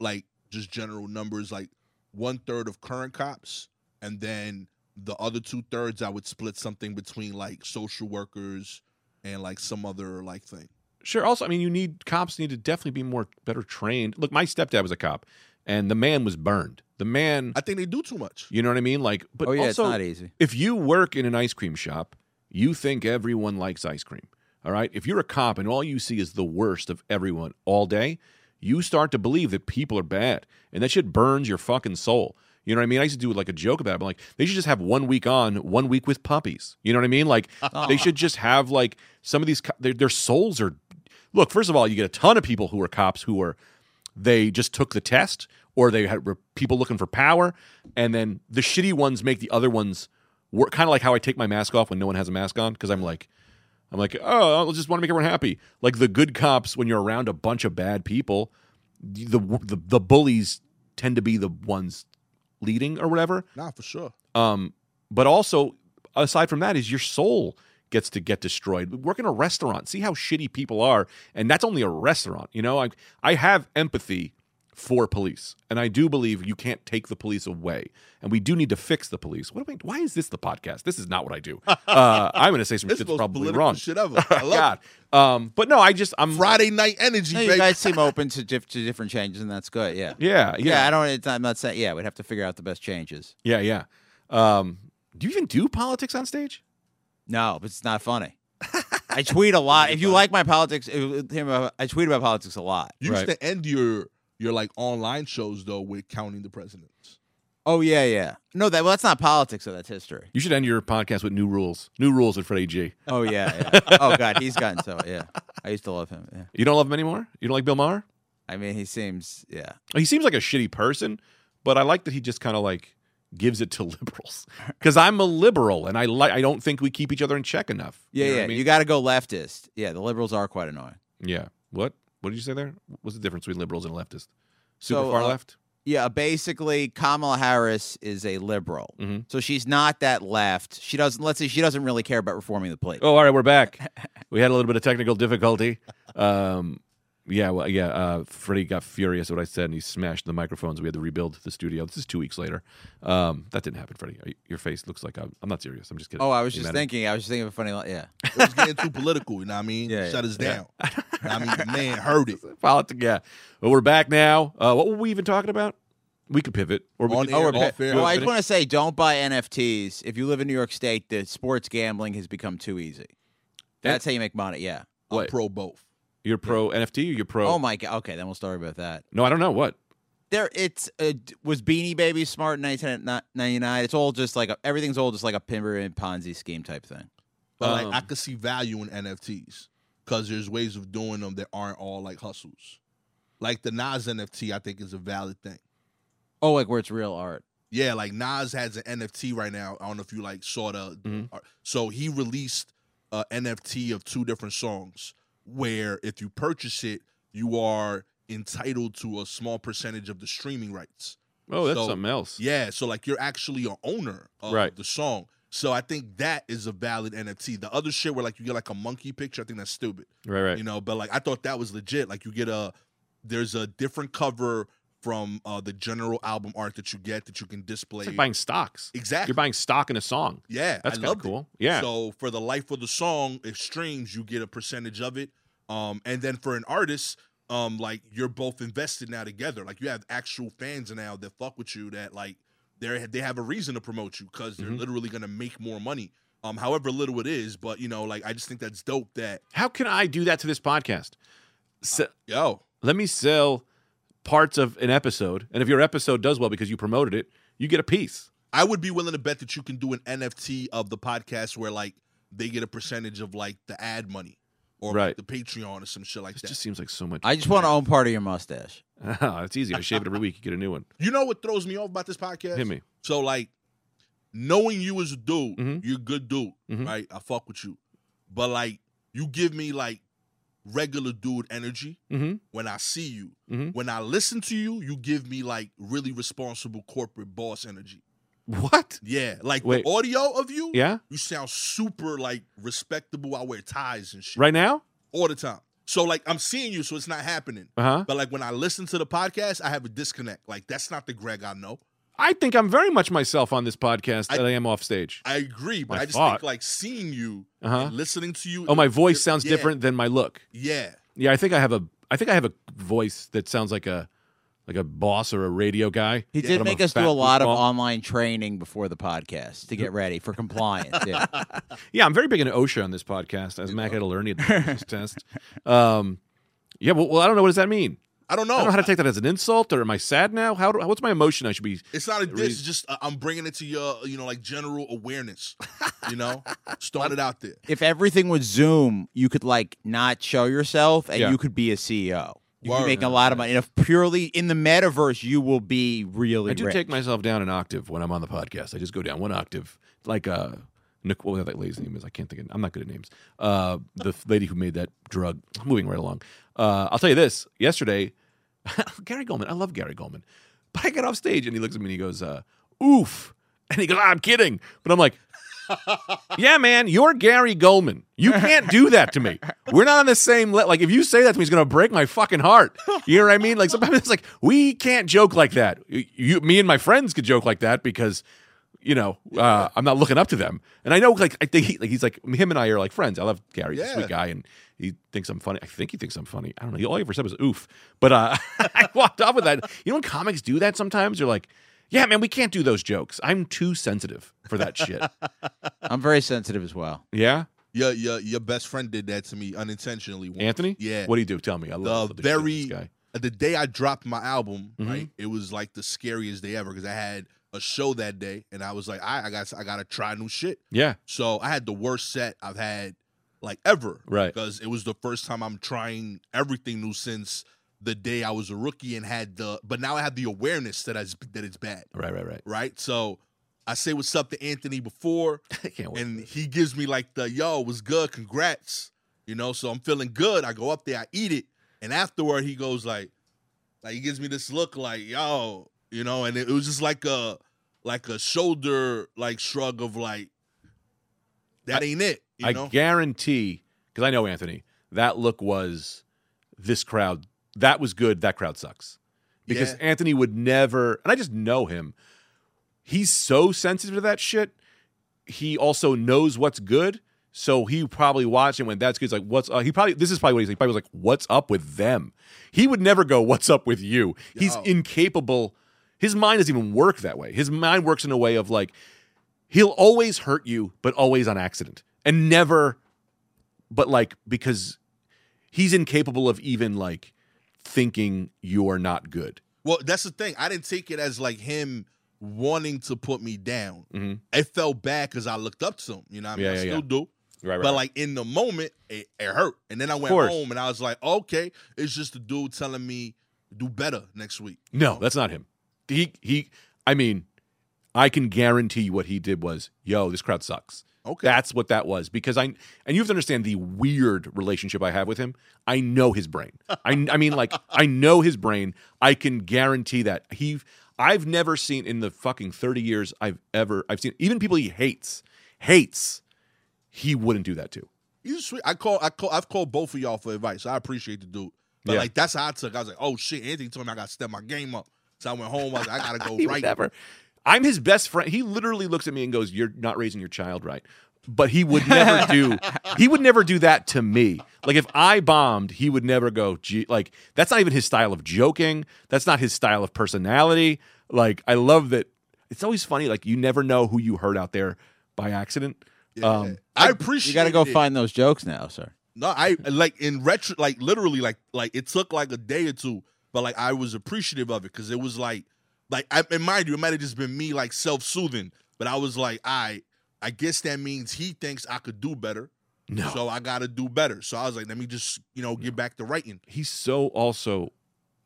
Speaker 3: like just general numbers, like one third of current cops, and then the other two thirds I would split something between like social workers and like some other like thing.
Speaker 2: sure also I mean you need cops need to definitely be more better trained look my stepdad was a cop and the man was burned the man
Speaker 3: I think they do too much.
Speaker 2: you know what I mean like but
Speaker 4: oh yeah,
Speaker 2: also
Speaker 4: it's not easy.
Speaker 2: If you work in an ice cream shop, you think everyone likes ice cream. All right. If you're a cop and all you see is the worst of everyone all day, you start to believe that people are bad. And that shit burns your fucking soul. You know what I mean? I used to do like a joke about it, but like they should just have one week on, one week with puppies. You know what I mean? Like they should just have like some of these, co- their, their souls are. Look, first of all, you get a ton of people who are cops who are they just took the test or they had were people looking for power and then the shitty ones make the other ones work kind of like how i take my mask off when no one has a mask on because i'm like i'm like oh i just want to make everyone happy like the good cops when you're around a bunch of bad people the the, the bullies tend to be the ones leading or whatever
Speaker 3: Nah, for sure.
Speaker 2: um, but also, aside from that, is your soul gets to get destroyed. Work in a restaurant, see how shitty people are, and that's only a restaurant. You know, I I have empathy for police, and I do believe you can't take the police away, and we do need to fix the police. What am I? Why is this the podcast? This is not what I do. Uh, I'm going to say some
Speaker 3: It's
Speaker 2: shit that's
Speaker 3: the most
Speaker 2: probably
Speaker 3: political
Speaker 2: wrong.
Speaker 3: shit ever. I love
Speaker 2: God, um, but no, I just I'm
Speaker 3: it. Friday night energy,
Speaker 4: No,
Speaker 3: baby.
Speaker 4: you guys seem open to, diff- to different changes, and that's good. Yeah.
Speaker 2: Yeah, yeah,
Speaker 4: I don't. It's, I'm not saying. Yeah, we'd have to figure out the best changes.
Speaker 2: yeah, yeah. Um, do you even do politics on stage?
Speaker 4: No, but it's not funny. I tweet a lot. If you like my politics, uh, I tweet about politics a lot.
Speaker 3: you
Speaker 2: Right.
Speaker 3: used to end your your like online shows though with counting the presidents.
Speaker 4: Oh yeah, yeah. No, that well, that's not politics, though. That's history.
Speaker 2: You should end your podcast with new rules. New rules at Freddie G.
Speaker 4: Oh yeah. yeah. oh god, he's gotten so yeah. I used to love him. Yeah.
Speaker 2: You don't love him anymore? You don't like Bill Maher?
Speaker 4: I mean, he seems yeah.
Speaker 2: He seems like a shitty person, but I like that he just kind of like gives it to liberals because I'm a liberal and I like I don't think we keep each other in check enough. you
Speaker 4: Yeah,
Speaker 2: know
Speaker 4: yeah.
Speaker 2: what I mean?
Speaker 4: You got to go leftist. Yeah, the liberals are quite annoying.
Speaker 2: yeah. What? What did you say there? What's the difference between liberals and leftists? Super
Speaker 4: So,
Speaker 2: far
Speaker 4: uh,
Speaker 2: left.
Speaker 4: Yeah, basically Kamala Harris is a liberal,
Speaker 2: Mhm.
Speaker 4: so she's not that left. She doesn't. Let's say she doesn't really care about reforming the plate.
Speaker 2: Oh, all right, we're back. We had a little bit of technical difficulty. Um, yeah, well, yeah. Uh, Freddie got furious at what I said, and he smashed the microphones. We had to rebuild the studio. This is two weeks later. Um, that didn't happen, Freddie. Are you- Your face looks like I'm, I'm not serious. I'm just kidding.
Speaker 4: Oh, I was
Speaker 2: You
Speaker 4: just
Speaker 2: mad at me?
Speaker 4: thinking. I was just thinking of a funny. Li- yeah.
Speaker 3: It was getting too political. You know what I mean?
Speaker 4: Yeah,
Speaker 3: Shut us down. I mean, man, heard it.
Speaker 2: Politics. Yeah. Well, we're back now. Uh, what were we even talking about? We could pivot, or we
Speaker 3: On
Speaker 2: could, oh,
Speaker 3: air,
Speaker 2: or we
Speaker 3: off
Speaker 2: could-
Speaker 3: air. Oh,
Speaker 2: we could
Speaker 4: Well, I
Speaker 2: finish.
Speaker 4: just want to say, don't buy NFTs. If you live in New York State, the sports gambling has become too easy. That's how you make money. Yeah.
Speaker 3: I'm
Speaker 2: What?
Speaker 3: pro both.
Speaker 2: You're pro NFT or you're pro?
Speaker 4: Oh my god. Okay, then we'll start about that.
Speaker 2: no, I don't know what.
Speaker 4: There, it's uh, d- was Beanie Baby smart in 1999. It's all just like a, everything's all just like a pyramid Ponzi scheme type thing.
Speaker 3: But
Speaker 2: Um,
Speaker 3: like, I could see value in NFTs because there's ways of doing them that aren't all like hustles. Like the Nas NFT, I think is a valid thing.
Speaker 4: Oh, like where it's real art.
Speaker 3: Yeah, like Nas has an NFT right now. I don't know if you like saw the.
Speaker 2: Mm-hmm.
Speaker 3: uh, So he released a NFT of two different songs, where if you purchase it, you are entitled to a small percentage of the streaming rights.
Speaker 2: Oh, that's
Speaker 3: So-
Speaker 2: something else.
Speaker 3: Yeah, so like you're actually an owner of
Speaker 2: Right.
Speaker 3: the song. So I think that is a valid NFT. The other shit where like you get like a monkey picture, I think that's stupid.
Speaker 2: Right, right.
Speaker 3: You know, but like I thought that was legit. Like you get a there's a different cover from uh the general album art that you get that you can display.
Speaker 2: it's like buying stocks.
Speaker 3: exactly.
Speaker 2: You're buying stock in a song.
Speaker 3: yeah,
Speaker 2: That's
Speaker 3: I
Speaker 2: kind of
Speaker 3: loved it.
Speaker 2: cool. Yeah.
Speaker 3: So for the life of the song, if streams, you get a percentage of it. Um, and then for an artist, um, like you're both invested now together. Like you have actual fans now that fuck with you that like they they have a reason to promote you because they're
Speaker 2: Mhm.
Speaker 3: literally gonna make more money. Um, however little it is, but you know, like I just think that's dope. That
Speaker 2: How can I do that to this podcast?
Speaker 3: Uh,
Speaker 2: Se-
Speaker 3: yo,
Speaker 2: let me sell parts of an episode, and if your episode does well because you promoted it, you get a piece.
Speaker 3: I would be willing to bet that you can do an NFT of the podcast where like they get a percentage of like the ad money or
Speaker 2: Right.
Speaker 3: like, the Patreon or some shit like
Speaker 2: This
Speaker 3: that.
Speaker 2: just seems like so much. Oh,
Speaker 4: I just want to own part of your mustache.
Speaker 2: it's easy. I shave it every week. You get a new one.
Speaker 3: You know what throws me off about this podcast?
Speaker 2: Hit me.
Speaker 3: So like, knowing you as a dude,
Speaker 2: Mhm.
Speaker 3: you're a good dude,
Speaker 2: Mhm.
Speaker 3: right? I fuck with you, but like, you give me like regular dude energy
Speaker 2: hmm
Speaker 3: when I see you.
Speaker 2: Mhm.
Speaker 3: When I listen to you, you give me like really responsible corporate boss energy.
Speaker 2: What?
Speaker 3: Yeah, like
Speaker 2: Wait.
Speaker 3: the audio of you.
Speaker 2: Yeah.
Speaker 3: You sound super like respectable. I wear ties and shit
Speaker 2: Right now?
Speaker 3: all the time. So like I'm seeing you, so it's not happening.
Speaker 2: Uh huh.
Speaker 3: But like when I listen to the podcast, I have a disconnect. Like that's not the Greg I know.
Speaker 2: I think I'm very much myself on this podcast
Speaker 3: I-
Speaker 2: that I am off stage.
Speaker 3: I agree, but
Speaker 2: My
Speaker 3: I just
Speaker 2: thought.
Speaker 3: think like seeing you,
Speaker 2: Uh huh.
Speaker 3: and listening to you.
Speaker 2: Oh, my voice
Speaker 3: you're-
Speaker 2: sounds
Speaker 3: yeah,
Speaker 2: different than my look.
Speaker 3: Yeah,
Speaker 2: Yeah, I think I have a I think I have a voice that sounds like a like a boss or a radio guy.
Speaker 4: He
Speaker 2: But
Speaker 4: did
Speaker 2: I'm
Speaker 4: make
Speaker 2: a
Speaker 4: us do
Speaker 2: fat
Speaker 4: a lot of
Speaker 2: goofball.
Speaker 4: online training before the podcast to get ready for compliance. Yeah.
Speaker 2: Yeah, I'm very big into OSHA on this podcast. As Mac had to learn he had to test. Um, yeah, well, well, I don't know what does that mean.
Speaker 3: I don't
Speaker 2: I
Speaker 3: know.
Speaker 2: don't know
Speaker 4: Oh.
Speaker 2: how to take that as an insult or am I sad now? How do, what's my emotion? I should be.
Speaker 3: it's not a
Speaker 2: Re-
Speaker 3: diss. It's just uh, I'm bringing it to your, you know, like general awareness. You know, start it out there.
Speaker 4: if everything was Zoom, you could like not show yourself and
Speaker 2: Yeah.
Speaker 4: you could be a CEO. You could
Speaker 3: Word.
Speaker 4: be making a lot of money. And if purely in the metaverse, you will be really
Speaker 2: I do
Speaker 4: rich.
Speaker 2: take myself down an octave when I'm on the podcast. I just go down one octave, like uh, Nic- what was that lady's name is? I can't think. of I'm not good at names. Uh, the f- lady who made that drug. Moving right along. Uh, I'll tell you this. Yesterday, Gary Goldman. I love Gary Goldman, but I get off stage and he looks at me and he goes, uh, "Oof," and he goes, "Ah, "I'm kidding," but I'm like. yeah, man, you're Gary Goldman. You can't do that to me. We're not on the same le- like if you say that to me, it's gonna break my fucking heart. You know what I mean? Like sometimes it's like we can't joke like that. You, you- me and my friends could joke like that because you know uh, I'm not looking up to them. And I know like I think he, like he's like him and I are like friends. I love Gary, he's a sweet
Speaker 3: Yeah.
Speaker 2: guy, and he thinks I'm funny. I think he thinks I'm funny. I don't know. All he ever said was oof. But uh, I walked off with that. You know when comics do that sometimes? You're like. Yeah, man, we can't do those jokes. I'm too sensitive for that shit.
Speaker 4: I'm very sensitive as well.
Speaker 2: Yeah?
Speaker 3: Your your your best friend did that to me unintentionally. Once.
Speaker 2: Anthony?
Speaker 3: Yeah.
Speaker 2: What do you do? Tell me. I love I
Speaker 3: the
Speaker 2: love shit out of
Speaker 3: very
Speaker 2: this guy.
Speaker 3: the day I dropped my album,
Speaker 2: Mhm.
Speaker 3: right, it was like the scariest day ever because I had a show that day, and I was like, I, I got, I gotta try new shit.
Speaker 2: Yeah.
Speaker 3: So I had the worst set I've had like ever,
Speaker 2: Right.
Speaker 3: Because it was the first time I'm trying everything new since the day I was a rookie and had the, but now I have the awareness that I, that it's bad,
Speaker 2: Right. Right. Right.
Speaker 3: right? So I say what's up to Anthony before,
Speaker 2: I can't wait.
Speaker 3: and he gives me like the yo was good congrats you know so i'm feeling good i go up there i eat it and afterward he goes like like he gives me this look like yo you know and it, it was just like a like a shoulder like shrug of like that ain't it you
Speaker 2: I
Speaker 3: know
Speaker 2: guarantee, because I know Anthony, that look was this crowd. That was good. That crowd sucks. Because
Speaker 3: Yeah.
Speaker 2: Anthony would never, and I just know him. He's so sensitive to that shit. He also knows what's good. So he probably watched and went, that's good. He's like, what's up? He probably, this is probably what he's like. He probably was like, what's up with them? He would never go, what's up with you? He's
Speaker 3: Yo.
Speaker 2: incapable. His mind doesn't even work that way. His mind works in a way of like, he'll always hurt you, but always on accident and never, but like, because he's incapable of even like thinking you're not good.
Speaker 3: well that's the thing i didn't take it as like him wanting to put me down
Speaker 2: Mhm.
Speaker 3: it felt bad because i looked up to him you know what i mean
Speaker 2: Yeah,
Speaker 3: i
Speaker 2: yeah,
Speaker 3: still
Speaker 2: yeah.
Speaker 3: do
Speaker 2: Right,
Speaker 3: But like in the moment, it, it hurt. And then I went
Speaker 2: course.
Speaker 3: home and I was like, okay, it's just a dude telling me do better next week.
Speaker 2: no, that's not him. He, he, I mean, I can guarantee you what he did was, yo, this crowd sucks.
Speaker 3: Okay.
Speaker 2: That's what that was because I and you have to understand the weird relationship I have with him. I know his brain. I I mean like I know his brain. I can guarantee that he I've never seen in the fucking 30 years I've ever I've seen even people he hates hates he wouldn't do that to.
Speaker 3: You sweet. I call I call I've called both of y'all for advice. I appreciate the dude. But
Speaker 2: Yeah.
Speaker 3: like that's how I took. I was like, oh shit, Anthony told me I gotta step my game up. So I went home, I was like, I gotta go
Speaker 2: He would
Speaker 3: right.
Speaker 2: never. I'm his best friend. He literally looks at me and goes, "You're not raising your child right." But he would never do. He would never do that to me. Like if I bombed, he would never go. Gee, like that's not even his style of joking. That's not his style of personality. Like I love that. It's always funny. Like you never know who you hurt out there by accident.
Speaker 3: Yeah.
Speaker 2: Um,
Speaker 3: I appreciate
Speaker 4: You got to go
Speaker 3: it.
Speaker 4: find those jokes now, sir.
Speaker 3: No, I like in retro, like literally, like like it took like a day or two, but like I was appreciative of it because it was like, like I and mind you, it might have just been me like self soothing, but I was like, I, I guess that means he thinks I could do better,
Speaker 2: no,
Speaker 3: so I got to do better. So I was like, let me just you know get back to writing.
Speaker 2: he's so also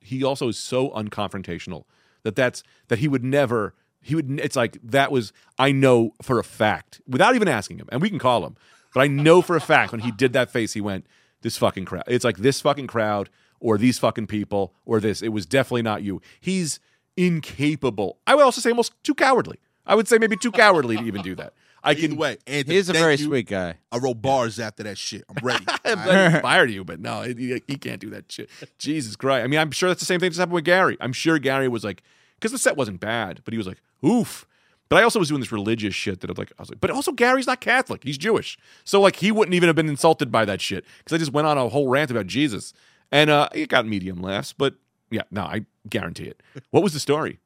Speaker 2: he also is so unconfrontational that that's that he would never he would it's like that was i know for a fact without even asking him and we can call him but i know for a fact when he did that face he went this fucking crowd it's like this fucking crowd or these fucking people or this it was definitely not you he's incapable i would also say almost too cowardly i would say maybe too cowardly to even do that i
Speaker 3: Either
Speaker 2: can
Speaker 3: way, Anthony,
Speaker 4: He's a
Speaker 3: thank
Speaker 4: very
Speaker 3: you.
Speaker 4: sweet guy.
Speaker 3: I wrote bars after that shit. I'm ready. All right?
Speaker 2: that inspired you, but no, he, he can't do that shit. Jesus Christ. I mean, I'm sure that's the same thing that's happened with Gary. I'm sure Gary was like, because the set wasn't bad, but he was like, oof. But I also was doing this religious shit that I'm like, I was like, but also Gary's not Catholic. He's Jewish. So like he wouldn't even have been insulted by that shit. Because I just went on a whole rant about Jesus. And uh it got medium laughs, but yeah, no, I guarantee it. What was the story?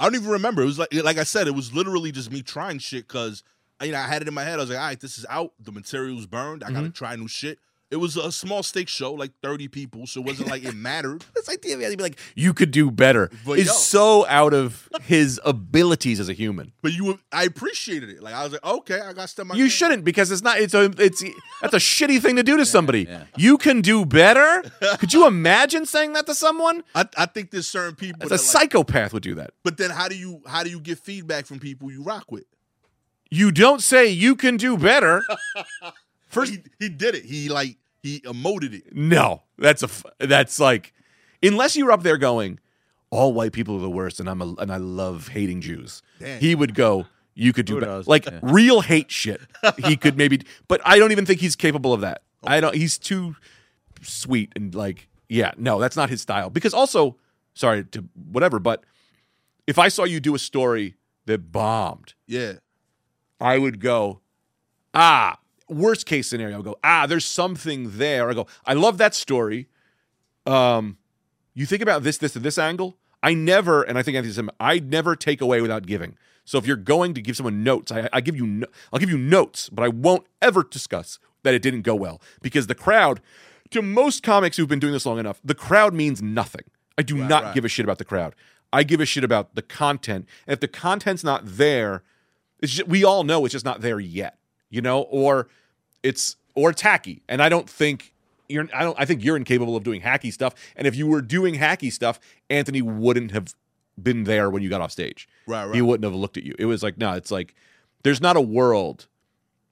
Speaker 3: I don't even remember. It was like like I said, it was literally just me trying shit because you know I had it in my head. I was like, all right, this is out. The material's burned. I
Speaker 2: Mm-hmm.
Speaker 3: gotta try new shit. It was a small stakes show, like thirty people, so it wasn't like it mattered.
Speaker 2: This idea of be like, you could do better
Speaker 3: But
Speaker 2: is
Speaker 3: yo.
Speaker 2: so out of his abilities as a human.
Speaker 3: But you, were- I appreciated it. Like I was like, okay, I got stuff. my
Speaker 2: You
Speaker 3: game.
Speaker 2: shouldn't because it's not. It's a. It's that's a shitty thing to do to somebody.
Speaker 4: yeah.
Speaker 2: You can do better. Could you imagine saying that to someone?
Speaker 3: I, I think there's certain people.
Speaker 2: That's
Speaker 3: that
Speaker 2: a
Speaker 3: like-
Speaker 2: psychopath would do that.
Speaker 3: but then how do you how do you get feedback from people you rock with?
Speaker 2: You don't say you can do better. First,
Speaker 3: He he did it. He like he emoted it.
Speaker 2: no. That's a. f- That's like, unless you were up there going, all white people are the worst, and I'm a, and I love hating Jews.
Speaker 3: Dang.
Speaker 2: He would go. You could do
Speaker 4: Who
Speaker 2: better.
Speaker 4: knows?
Speaker 2: Like
Speaker 4: Yeah.
Speaker 2: real hate shit. He could maybe, but I don't even think he's capable of that. I don't. He's too sweet and like, yeah, no, that's not his style. Because also, sorry to whatever, but if I saw you do a story that bombed,
Speaker 3: Yeah.
Speaker 2: I would go, ah, worst case scenario, I would go, ah, there's something there. I go, I love that story. Um, you think about this, this, and this angle. I never, and I think Anthony said, I never take away without giving. So if you're going to give someone notes, I, I give you, no, I'll give you notes, but I won't ever discuss that it didn't go well because the crowd to most comics who've been doing this long enough, the crowd means nothing. I do not
Speaker 3: right.
Speaker 2: give a shit about the crowd. I give a shit about the content. And if the content's not there, it's just, we all know it's just not there yet, you know, or it's or tacky. And I don't think you're I don't I think you're incapable of doing hacky stuff. And if you were doing hacky stuff, Anthony wouldn't have been there when you got off stage.
Speaker 3: Right, right.
Speaker 2: He wouldn't have looked at you. It was like, no, it's like there's not a world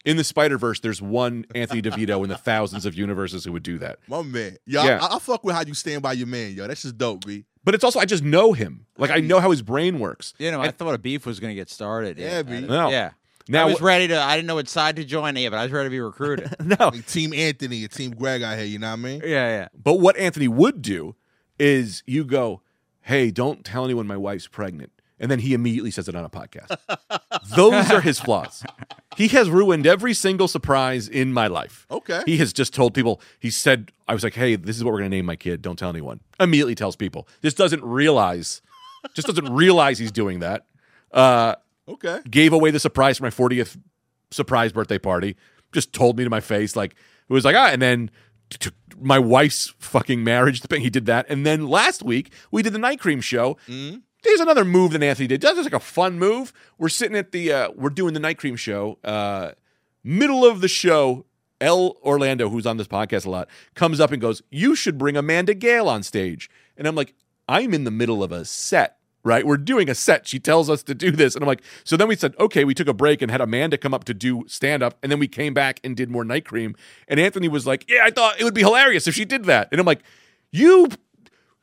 Speaker 2: in the Spider Verse. There's one Anthony DeVito in the thousands of universes who would do that.
Speaker 3: My man. Yo,
Speaker 2: Yeah.
Speaker 3: I, I fuck with how you stand by your man, yo. That's just dope, B.
Speaker 2: But it's also I just know him. Like I know how his brain works.
Speaker 4: You know, I thought a beef was going to get started.
Speaker 3: Yeah,
Speaker 4: I-
Speaker 3: B.
Speaker 2: No.
Speaker 4: Yeah. I
Speaker 2: Now
Speaker 4: was ready to. I didn't know what side to join yet, but I was ready to be recruited.
Speaker 2: no,
Speaker 3: Like Team Anthony and Team Greg out here, you know what I mean?
Speaker 4: yeah, yeah.
Speaker 2: But what Anthony would do is you go, "Hey, don't tell anyone my wife's pregnant." And then he immediately says it on a podcast. Those are his flaws. He has ruined every single surprise in my life.
Speaker 3: Okay.
Speaker 2: He has just told people, he said, I was like, hey, this is what we're going to name my kid. Don't tell anyone. Immediately tells people. Just doesn't realize, just doesn't realize he's doing that. Uh,
Speaker 3: Okay.
Speaker 2: gave away the surprise for my 40th surprise birthday party. Just told me to my face, like it was like ah, and then t- t- my wife's fucking marriage thing. He did that, and then last week we did the night cream show. There's another move that Anthony did. That's just like a fun move. We're sitting at the uh, we're doing the night cream show. Uh, middle of the show, L Orlando, who's on this podcast a lot, comes up and goes, "You should bring Amanda Gale on stage." And I'm like, "I'm in the middle of a set." Right, we're doing a set. She tells us to do this, and I'm like, so then we said, okay, we took a break and had Amanda come up to do stand up, and then we came back and did more night cream. And Anthony was like, yeah, I thought it would be hilarious if she did that, and I'm like, you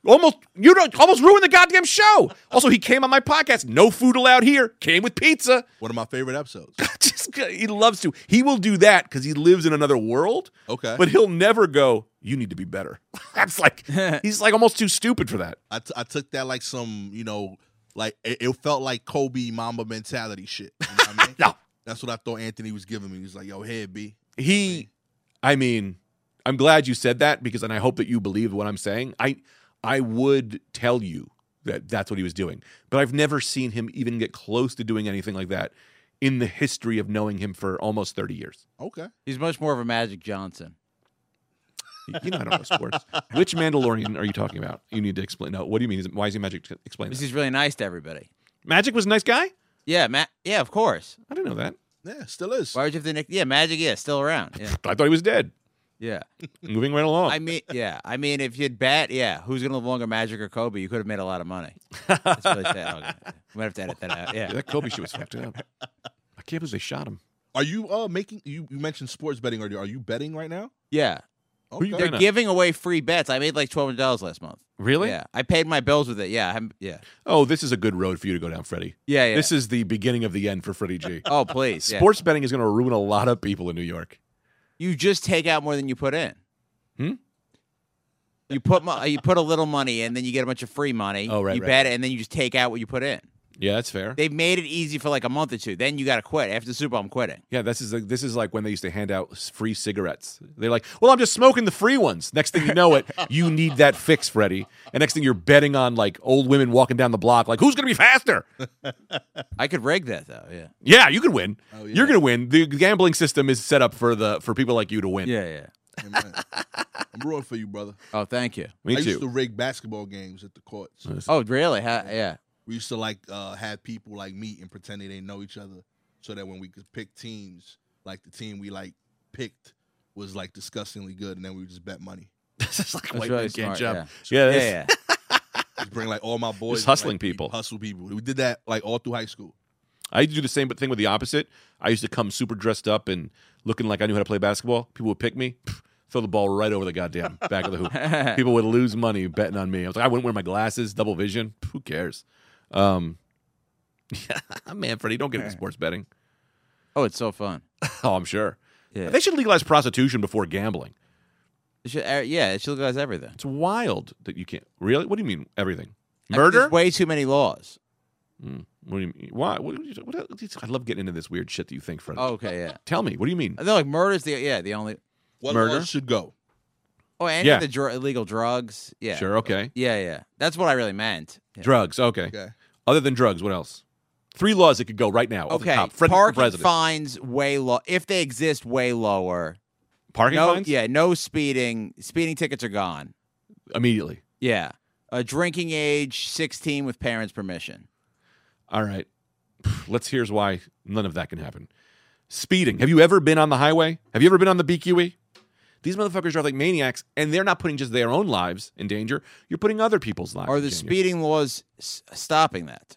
Speaker 2: almost you don't almost ruined the goddamn show. Also, he came on my podcast, no food allowed here. Came with pizza
Speaker 3: One of my favorite episodes.
Speaker 2: just he loves to. He will do that because he lives in another world.
Speaker 3: Okay.
Speaker 2: but he'll never go. You need to be better. That's like he's like almost too stupid for that.
Speaker 3: I, t- I took that like some, you know, like it, it felt like Kobe Mamba mentality shit. You know what I mean?
Speaker 2: No,
Speaker 3: That's what I thought Anthony was giving me. He was like, yo, head B.
Speaker 2: he. I mean, I'm glad you said that because, and I hope that you believe what I'm saying. I I would tell you that that's what he was doing, but I've never seen him even get close to doing anything like that in the history of knowing him for almost 30 years.
Speaker 3: Okay.
Speaker 4: He's much more of a Magic Johnson.
Speaker 2: You know, I don't know sports. Which Mandalorian are you talking about? You need to explain. No, what do you mean? Is it- Why is he magic? Explain. that.
Speaker 4: Because he's really nice to everybody.
Speaker 2: Magic was a nice guy.
Speaker 4: Yeah, Matt. Yeah, of course.
Speaker 2: I didn't know that.
Speaker 3: Yeah, still is.
Speaker 4: Why would you have the nick? Yeah, Magic. Yeah, still around. Yeah,
Speaker 2: I thought he was dead.
Speaker 4: yeah.
Speaker 2: Moving right along.
Speaker 4: I mean, yeah. I mean, if you'd bet, yeah, who's gonna live longer, Magic or Kobe? You could have made a lot of money. That's really sad. Okay. We might have to edit that out.
Speaker 2: Yeah,
Speaker 4: Yeah.
Speaker 2: that Kobe shit was fucked up. I can't believe they shot him.
Speaker 3: Are you uh making you, you mentioned sports betting earlier. Are you betting right now?
Speaker 4: Yeah.
Speaker 2: Who you
Speaker 3: Okay.
Speaker 2: Why
Speaker 4: They're
Speaker 2: not?
Speaker 4: giving away free bets. I made like twelve hundred dollars last month.
Speaker 2: Really?
Speaker 4: Yeah. I paid my bills with it. Yeah. I haven't- yeah.
Speaker 2: Oh, this is a good road for you to go down, Freddie.
Speaker 4: Yeah. Yeah.
Speaker 2: This is the beginning of the end for Freddie G.
Speaker 4: oh please. yeah.
Speaker 2: Sports betting is going to ruin a lot of people in New York.
Speaker 4: You just take out more than you put in.
Speaker 2: Hmm?
Speaker 4: You put mo- you put a little money in, then you get a bunch of free money.
Speaker 2: Oh, right,
Speaker 4: You
Speaker 2: right,
Speaker 4: bet it, and then you just take out what you put in.
Speaker 2: Yeah, that's fair.
Speaker 4: They've made it easy for like a month or two. Then you got to quit. After the Super Bowl, I'm quitting.
Speaker 2: Yeah, this is like, this is like when they used to hand out s- free cigarettes. They're like, "Well, I'm just smoking the free ones." Next thing you know it, you need that fix, Freddie. And next thing you're betting on like old women walking down the block, like who's going to be faster?
Speaker 4: I could rig that though. Yeah.
Speaker 2: Yeah, you could win.
Speaker 3: Oh, yeah.
Speaker 2: You're going to win. The gambling system is set up for the for people like you to win.
Speaker 4: Yeah. Yeah.
Speaker 3: Amen. I'm rooting for you, brother.
Speaker 4: Oh, thank you.
Speaker 2: Me
Speaker 3: I
Speaker 2: too.
Speaker 3: used to rig basketball games at the courts.
Speaker 4: Oh, really? Ha- yeah.
Speaker 3: We used to like uh, have people like meet and pretend they didn't know each other, so that when we could pick teams, like the team we like picked was like disgustingly good, and then we would just bet money.
Speaker 2: this is like
Speaker 4: That's
Speaker 2: white
Speaker 4: really
Speaker 2: man can't
Speaker 4: smart.
Speaker 2: jump.
Speaker 4: Yeah.
Speaker 2: Yeah,
Speaker 4: Yeah.
Speaker 2: that's-
Speaker 4: yeah.
Speaker 3: Just bring like all my boys,
Speaker 2: Just hustling
Speaker 3: like,
Speaker 2: people.
Speaker 3: hustle people. We did that like all through high school.
Speaker 2: I used to do the same but thing with the opposite. I used to come super dressed up and looking like I knew how to play basketball. People would pick me, pff, throw the ball right over the goddamn back of the hoop. People would lose money betting on me. I was like, I wouldn't wear my glasses, double vision. Who cares? Um, yeah, man, Freddie, don't get into sports betting.
Speaker 4: Oh, it's so fun.
Speaker 2: Oh, I'm sure.
Speaker 4: Yeah.
Speaker 2: They should legalize prostitution before gambling.
Speaker 4: It should, uh, yeah. It should legalize everything.
Speaker 2: It's wild that you can't. Really? What do you mean everything?
Speaker 4: I think
Speaker 2: Murder?
Speaker 4: There's way too many laws.
Speaker 2: What do you mean? Why? What, do you- what, else- I love getting into this weird shit that you think, Freddie.
Speaker 4: Oh, okay. Yeah.
Speaker 2: Tell me, what do you mean?
Speaker 4: I think like murder's the yeah the only.
Speaker 3: What
Speaker 2: Murder?
Speaker 3: laws should go?
Speaker 4: Oh, and
Speaker 2: Yeah.
Speaker 4: the dr- illegal drugs. Yeah.
Speaker 2: Sure, okay.
Speaker 4: Yeah, yeah. That's what I really meant. Yeah.
Speaker 2: Drugs, okay.
Speaker 3: Okay,
Speaker 2: Other than drugs, what else? Three laws that could go right now. off the
Speaker 4: okay.
Speaker 2: top. Freddie for
Speaker 4: Parking
Speaker 2: president.
Speaker 4: fines way low if they exist way lower.
Speaker 2: Parking
Speaker 4: No,
Speaker 2: fines
Speaker 4: yeah, no speeding. Speeding tickets are gone.
Speaker 2: immediately.
Speaker 4: Yeah, a drinking age sixteen with parents' permission.
Speaker 2: All right. Let's here's why none of that can happen. Speeding. Have you ever been on the highway? Have you ever been on the BQE? These motherfuckers drive like maniacs, and they're not putting just their own lives in danger. You're putting other people's lives.
Speaker 4: Are
Speaker 2: in
Speaker 4: the
Speaker 2: danger.
Speaker 4: speeding laws s- stopping that?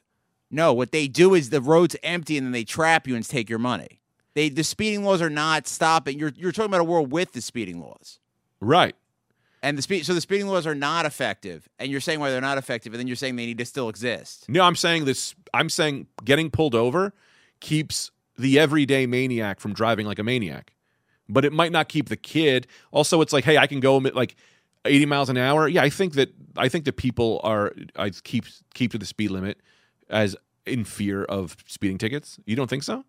Speaker 4: No, what they do is the road's empty and then they trap you and take your money. They the speeding laws are not stopping. You're you're talking about a world with the speeding laws.
Speaker 2: right?
Speaker 4: And the speed so the speeding laws are not effective and you're saying why they're not effective and then you're saying they need to still exist.
Speaker 2: No, I'm saying this. I'm saying getting pulled over keeps the everyday maniac from driving like a maniac, but it might not keep the kid. Also, it's like, hey, I can go mi- like 80 miles an hour. Yeah, I think that I think that people are I keep keep to the speed limit as in fear of speeding tickets. You don't think so?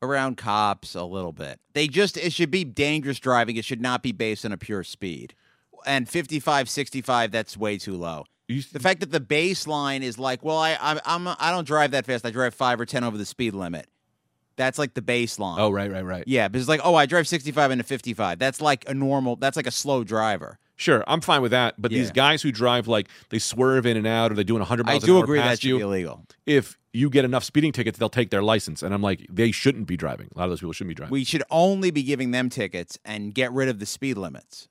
Speaker 4: Around cops a little bit. They just it should be dangerous driving. It should not be based on a pure speed. And 55 65 that's way too low.
Speaker 2: You,
Speaker 4: The fact that the baseline is like, well, I I'm, I'm I don't drive that fast. I drive five or ten over the speed limit. That's like the baseline.
Speaker 2: oh, right, right, right.
Speaker 4: yeah, but it's like, oh, I drive sixty five into fifty five. That's like a normal. That's like a slow driver.
Speaker 2: Sure, I'm fine with that. But these
Speaker 4: Yeah.
Speaker 2: guys who drive like they swerve in and out, or they're doing 100
Speaker 4: I
Speaker 2: miles an
Speaker 4: do
Speaker 2: hour
Speaker 4: agree that
Speaker 2: past
Speaker 4: should
Speaker 2: you.
Speaker 4: be illegal.
Speaker 2: if you get enough speeding tickets, they'll take their license. And I'm like, they shouldn't be driving. A lot of those people shouldn't be driving.
Speaker 4: We should only be giving them tickets and get rid of the speed limits.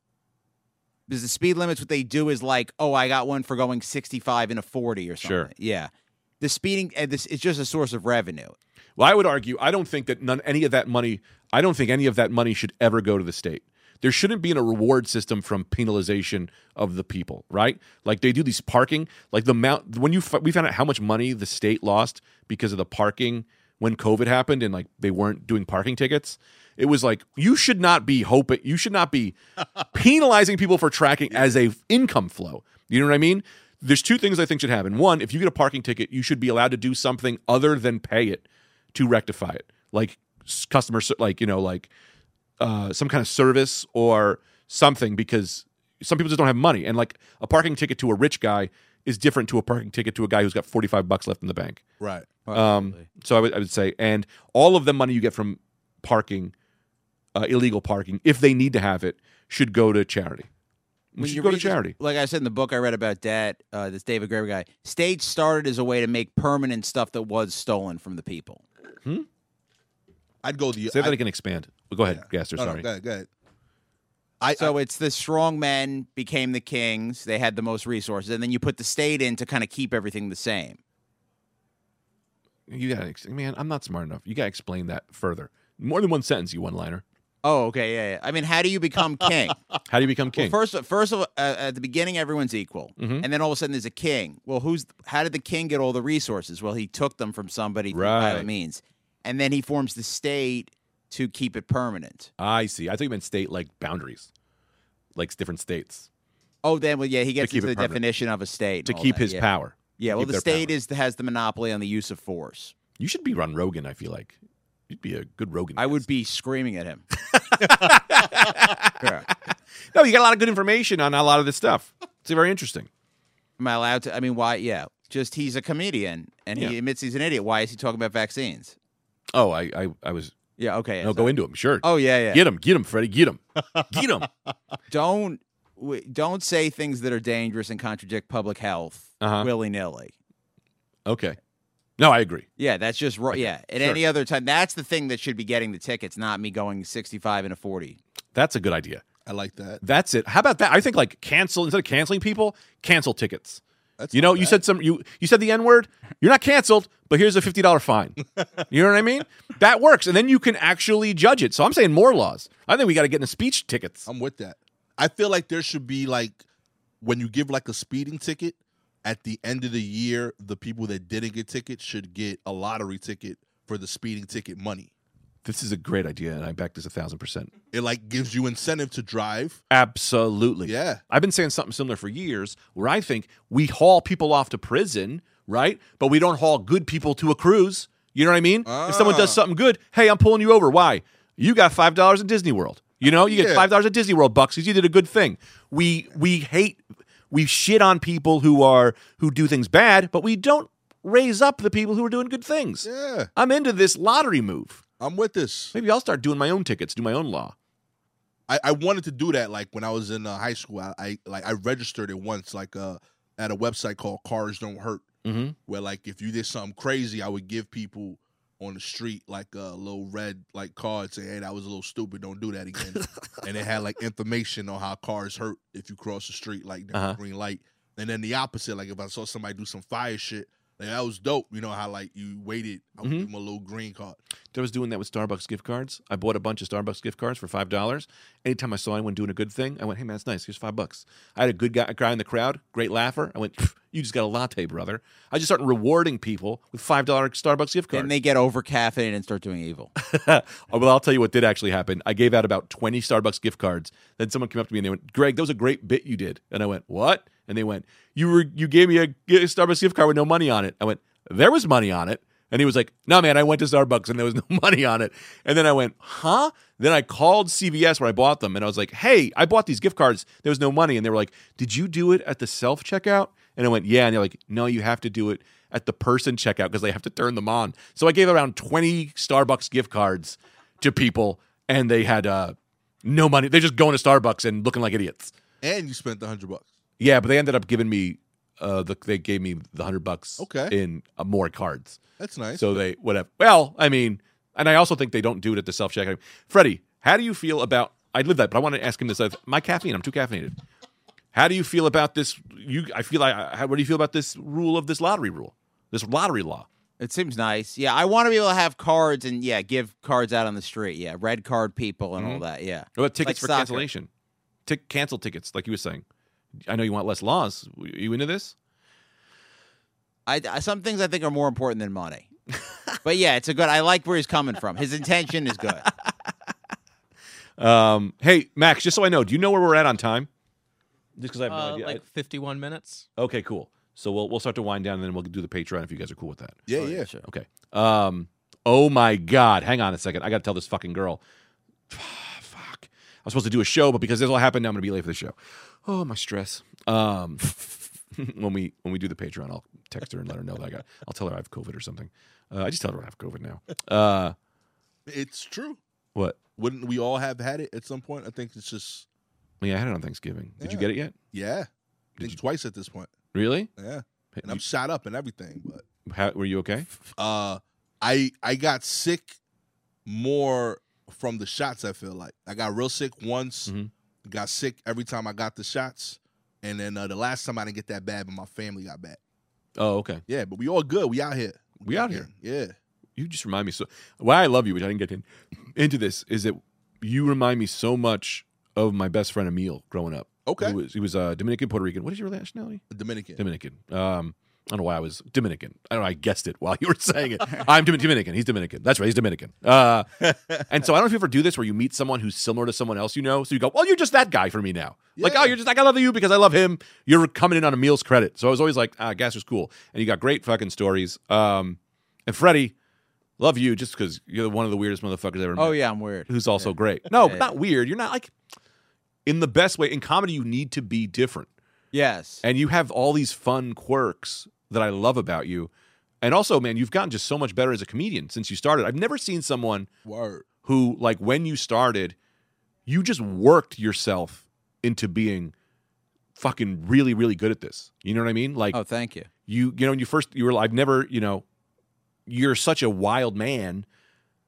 Speaker 4: Because the speed limits, what they do is like, oh, I got one for going sixty five into forty or something.
Speaker 2: Sure.
Speaker 4: Yeah. The speeding and this is just a source of revenue.
Speaker 2: well, I would argue, I don't think that none any of that money, I don't think any of that money should ever go to the state. There shouldn't be in a reward system from penalization of the people, right? Like they do these parking, like the amount when you fi- we found out how much money the state lost because of the parking when COVID happened and like they weren't doing parking tickets. It was like you should not be hoping, you should not be penalizing people for tracking as a income flow. You know what I mean? There's two things I think should happen. One, if you get a parking ticket, you should be allowed to do something other than pay it to rectify it, like s- customer, ser- like you know, like uh, some kind of service or something, because some people just don't have money, and like a parking ticket to a rich guy is different to a parking ticket to a guy who's got 45 bucks left in the bank.
Speaker 3: Right.
Speaker 2: Um, so I would I would say, and all of the money you get from parking, uh, illegal parking, if they need to have it, should go to charity. We
Speaker 4: When
Speaker 2: should
Speaker 4: you
Speaker 2: go to
Speaker 4: read this-
Speaker 2: charity.
Speaker 4: like I said in the book I read about that, uh, this David Graeber guy, stage started as a way to make permanent stuff that was stolen from the people.
Speaker 3: I'd go the.
Speaker 2: Say that
Speaker 3: I-
Speaker 2: I can expand. Well, go ahead, Gaster.
Speaker 3: no, no,
Speaker 2: sorry.
Speaker 3: go ahead, go ahead. I,
Speaker 4: so it's the strong men became the kings; they had the most resources, and then you put the state in to kind of keep everything the same.
Speaker 2: you gotta, ex- man. I'm not smart enough. You gotta explain that further. More than one sentence. You one liner.
Speaker 4: Oh, okay, yeah, yeah. I mean, how do you become king?
Speaker 2: How do you become king?
Speaker 4: Well, first, first of all, uh, at the beginning, everyone's equal,
Speaker 2: Mhm.
Speaker 4: and then all of a sudden, there's a king. Well, who's? How did the king get all the resources? Well, he took them from somebody through
Speaker 2: Right.
Speaker 4: violent means, and then he forms the state to keep it permanent.
Speaker 2: I see. I thought you meant state like boundaries, like different states
Speaker 4: Oh, then well, yeah, he gets
Speaker 2: keep
Speaker 4: into
Speaker 2: it
Speaker 4: the
Speaker 2: permanent.
Speaker 4: definition of a state
Speaker 2: to
Speaker 4: and all
Speaker 2: keep
Speaker 4: that,
Speaker 2: his
Speaker 4: yeah.
Speaker 2: power.
Speaker 4: Yeah,
Speaker 2: to
Speaker 4: well,
Speaker 2: keep
Speaker 4: the
Speaker 2: their
Speaker 4: state
Speaker 2: power.
Speaker 4: is has the monopoly on the use of force.
Speaker 2: You should be Ron Rogan. I feel like you'd be a good Rogan.
Speaker 4: I
Speaker 2: guest.
Speaker 4: would be screaming at him. Yeah.
Speaker 2: No, you got a lot of good information on a lot of this stuff. It's very interesting.
Speaker 4: Am I allowed to? I mean, why? Yeah, just he's a comedian and
Speaker 2: Yeah.
Speaker 4: he admits he's an idiot. Why is he talking about vaccines?
Speaker 2: Oh, I, I, I was.
Speaker 4: Yeah, okay.
Speaker 2: No,
Speaker 4: so-
Speaker 2: go into him. Sure.
Speaker 4: Oh yeah, yeah.
Speaker 2: Get him, get him, Freddie, get him, get him.
Speaker 4: Don't w- don't say things that are dangerous and contradict public health
Speaker 2: Uh-huh.
Speaker 4: willy nilly.
Speaker 2: Okay. No, I agree.
Speaker 4: Yeah, that's just wrong. Yeah, at
Speaker 2: sure.
Speaker 4: any other time, that's the thing that should be getting the tickets, not me going sixty-five and a forty.
Speaker 2: That's a good idea.
Speaker 3: I like that.
Speaker 2: That's it. How about that? I think like cancel instead of canceling people, cancel tickets.
Speaker 3: That's
Speaker 2: you
Speaker 3: not
Speaker 2: know, you
Speaker 3: bad.
Speaker 2: said some you you said the N word. You're not canceled, but here's a fifty dollar fine. You know what I mean? That works, and then you can actually judge it. So I'm saying more laws. I think we got to get in the speech tickets.
Speaker 3: I'm with that. I feel like there should be like when you give like a speeding ticket at the end of the year, the people that didn't get tickets should get a lottery ticket for the speeding ticket money.
Speaker 2: This is a great idea, and I back this a thousand percent.
Speaker 3: It like gives you incentive to drive.
Speaker 2: Absolutely.
Speaker 3: Yeah.
Speaker 2: I've been saying something similar for years where I think we haul people off to prison, right? But we don't haul good people to a cruise. You know what I mean? If someone
Speaker 3: Ah.
Speaker 2: does something good, hey, I'm pulling you over. Why? You got five dollars at Disney World. You know, you get
Speaker 3: Yeah.
Speaker 2: five dollars at Disney World bucks because you did a good thing. We we hate we shit on people who are who do things bad, but we don't raise up the people who are doing good things.
Speaker 3: Yeah,
Speaker 2: I'm into this lottery move.
Speaker 3: I'm with this.
Speaker 2: Maybe I'll start doing my own tickets, do my own law.
Speaker 3: I, I wanted to do that like when I was in uh, high school. I, I like I registered it once like uh at a website called Cars Don't Hurt,
Speaker 2: Mm-hmm.
Speaker 3: where like if you did something crazy, I would give people on the street like a little red like card saying, "Hey, that was a little stupid. Don't do that again." and it had like information on how cars hurt if you cross the street like the
Speaker 2: Uh-huh.
Speaker 3: green light. And then the opposite, like if I saw somebody do some fire shit, like that was dope. You know how like you waited, I would
Speaker 2: Mhm.
Speaker 3: give them a little green card.
Speaker 2: I was doing that with Starbucks gift cards. I bought a bunch of Starbucks gift cards for five dollars. Anytime I saw anyone doing a good thing, I went, "Hey man, that's nice. Here's five bucks." I had a good guy, a guy in the crowd, great laugher. I went, "Pff, "You just got a latte, brother." I just started rewarding people with five dollar Starbucks gift cards.
Speaker 4: Then they get over caffeinated and start doing evil.
Speaker 2: well, I'll tell you what did actually happen. I gave out about 20 Starbucks gift cards. Then someone came up to me and they went, Greg, that was a great bit you did. And I went, What? And they went, You were you gave me a g- Starbucks gift card with no money on it. I went, There was money on it. And he was like, No, man, I went to Starbucks and there was no money on it. And then I went, Huh? Then I called CVS where I bought them and I was like, Hey, I bought these gift cards. There was no money. And they were like, Did you do it at the self checkout? And I went, Yeah. And they're like, No, you have to do it at the person checkout because they have to turn them on. So I gave around 20 Starbucks gift cards to people and they had uh, no money. They're just going to Starbucks and looking like idiots.
Speaker 3: And you spent the hundred bucks.
Speaker 2: Yeah, but they ended up giving me uh, the, they gave me the 100 bucks
Speaker 3: Okay.
Speaker 2: in uh, more cards.
Speaker 3: That's nice.
Speaker 2: So they whatever. Well, I mean, and I also think they don't do it at the self checkout. Freddie, how do you feel about? I live that, but I want to ask him this. I've- My caffeine, I'm too caffeinated. How do you feel about this? You, I feel like. How, what do you feel about this rule of this lottery rule, this lottery law?
Speaker 4: It seems nice. Yeah, I want to be able to have cards and yeah, give cards out on the street. Yeah, red card people and all
Speaker 2: Mm-hmm.
Speaker 4: that. Yeah,
Speaker 2: What about tickets
Speaker 4: Like
Speaker 2: for
Speaker 4: soccer.
Speaker 2: cancellation? Tick cancel tickets, like you were saying. I know you want less laws. Are you into this?
Speaker 4: I, I some things I think are more important than money. but yeah, it's a good. I like where he's coming from. His intention is good.
Speaker 2: Um, hey, Max, just so I know, do you know where we're at on time? Just because I have no
Speaker 5: Uh,
Speaker 2: idea. I-
Speaker 5: like 51 minutes.
Speaker 2: okay, cool. So we'll we'll start to wind down, and then we'll do the Patreon if you guys are cool with that.
Speaker 3: yeah, yeah.
Speaker 4: sure.
Speaker 2: Okay. Um. Oh my God. Hang on a second. I got to tell this fucking girl. Fuck. I was supposed to do a show, but because this all happened, now I'm going to be late for the show. Oh my stress. Um. when we when we do the Patreon, I'll text her and let her know that I got. I'll tell her I have COVID or something. Uh, I just tell her I have COVID now. Uh.
Speaker 3: It's true.
Speaker 2: What?
Speaker 3: Wouldn't we all have had it at some point? I think it's just
Speaker 2: Yeah, I had it on Thanksgiving. Did you
Speaker 3: Yeah.
Speaker 2: get it yet?
Speaker 3: yeah. I
Speaker 2: Did
Speaker 3: think
Speaker 2: you-
Speaker 3: twice at this point.
Speaker 2: Really?
Speaker 3: Yeah. And I'm shot up and everything, but
Speaker 2: How, were you okay?
Speaker 3: uh I I got sick more from the shots, I feel like. I got real sick once,
Speaker 2: Mhm.
Speaker 3: got sick every time I got the shots. And then uh, the last time I didn't get that bad, but my family got bad.
Speaker 2: Oh, okay.
Speaker 3: Yeah, but we all good. We out here.
Speaker 2: We out here.
Speaker 3: Yeah.
Speaker 2: you just remind me so why I love you, which I didn't get in, into this, is that you remind me so much of my best friend Emil growing up.
Speaker 3: Okay.
Speaker 2: He was he was uh, Dominican, Puerto Rican. What is your nationality?
Speaker 3: Dominican.
Speaker 2: Dominican. Um, I don't know why I was Dominican. I don't know. I guessed it while you were saying it. I'm Domin- Dominican. He's Dominican. That's right. He's Dominican. Uh, and so I don't know if you ever do this where you meet someone who's similar to someone else you know. So you go, well, you're just that guy for me now. Like,
Speaker 3: Yeah.
Speaker 2: oh, you're just like, I love you because I love him. You're coming in on Emil's credit. So I was always like, ah, Gasser's cool. And you got great fucking stories. Um, and Freddie, love you just because you're one of the weirdest motherfuckers I ever met
Speaker 4: Oh yeah, I'm weird.
Speaker 2: who's also great. No,
Speaker 4: Yeah.
Speaker 2: but not weird. You're not like, in the best way, in comedy, you need to be different
Speaker 4: Yes.
Speaker 2: and you have all these fun quirks that I love about you. And also, man, you've gotten just so much better as a comedian since you started. I've never seen someone
Speaker 3: Word.
Speaker 2: who, like, when you started, you just worked yourself into being fucking really, really good at this. You know what I mean? Like,
Speaker 4: Oh, thank you.
Speaker 2: you, you know, when you first, you were, I've never, you know, you're such a wild man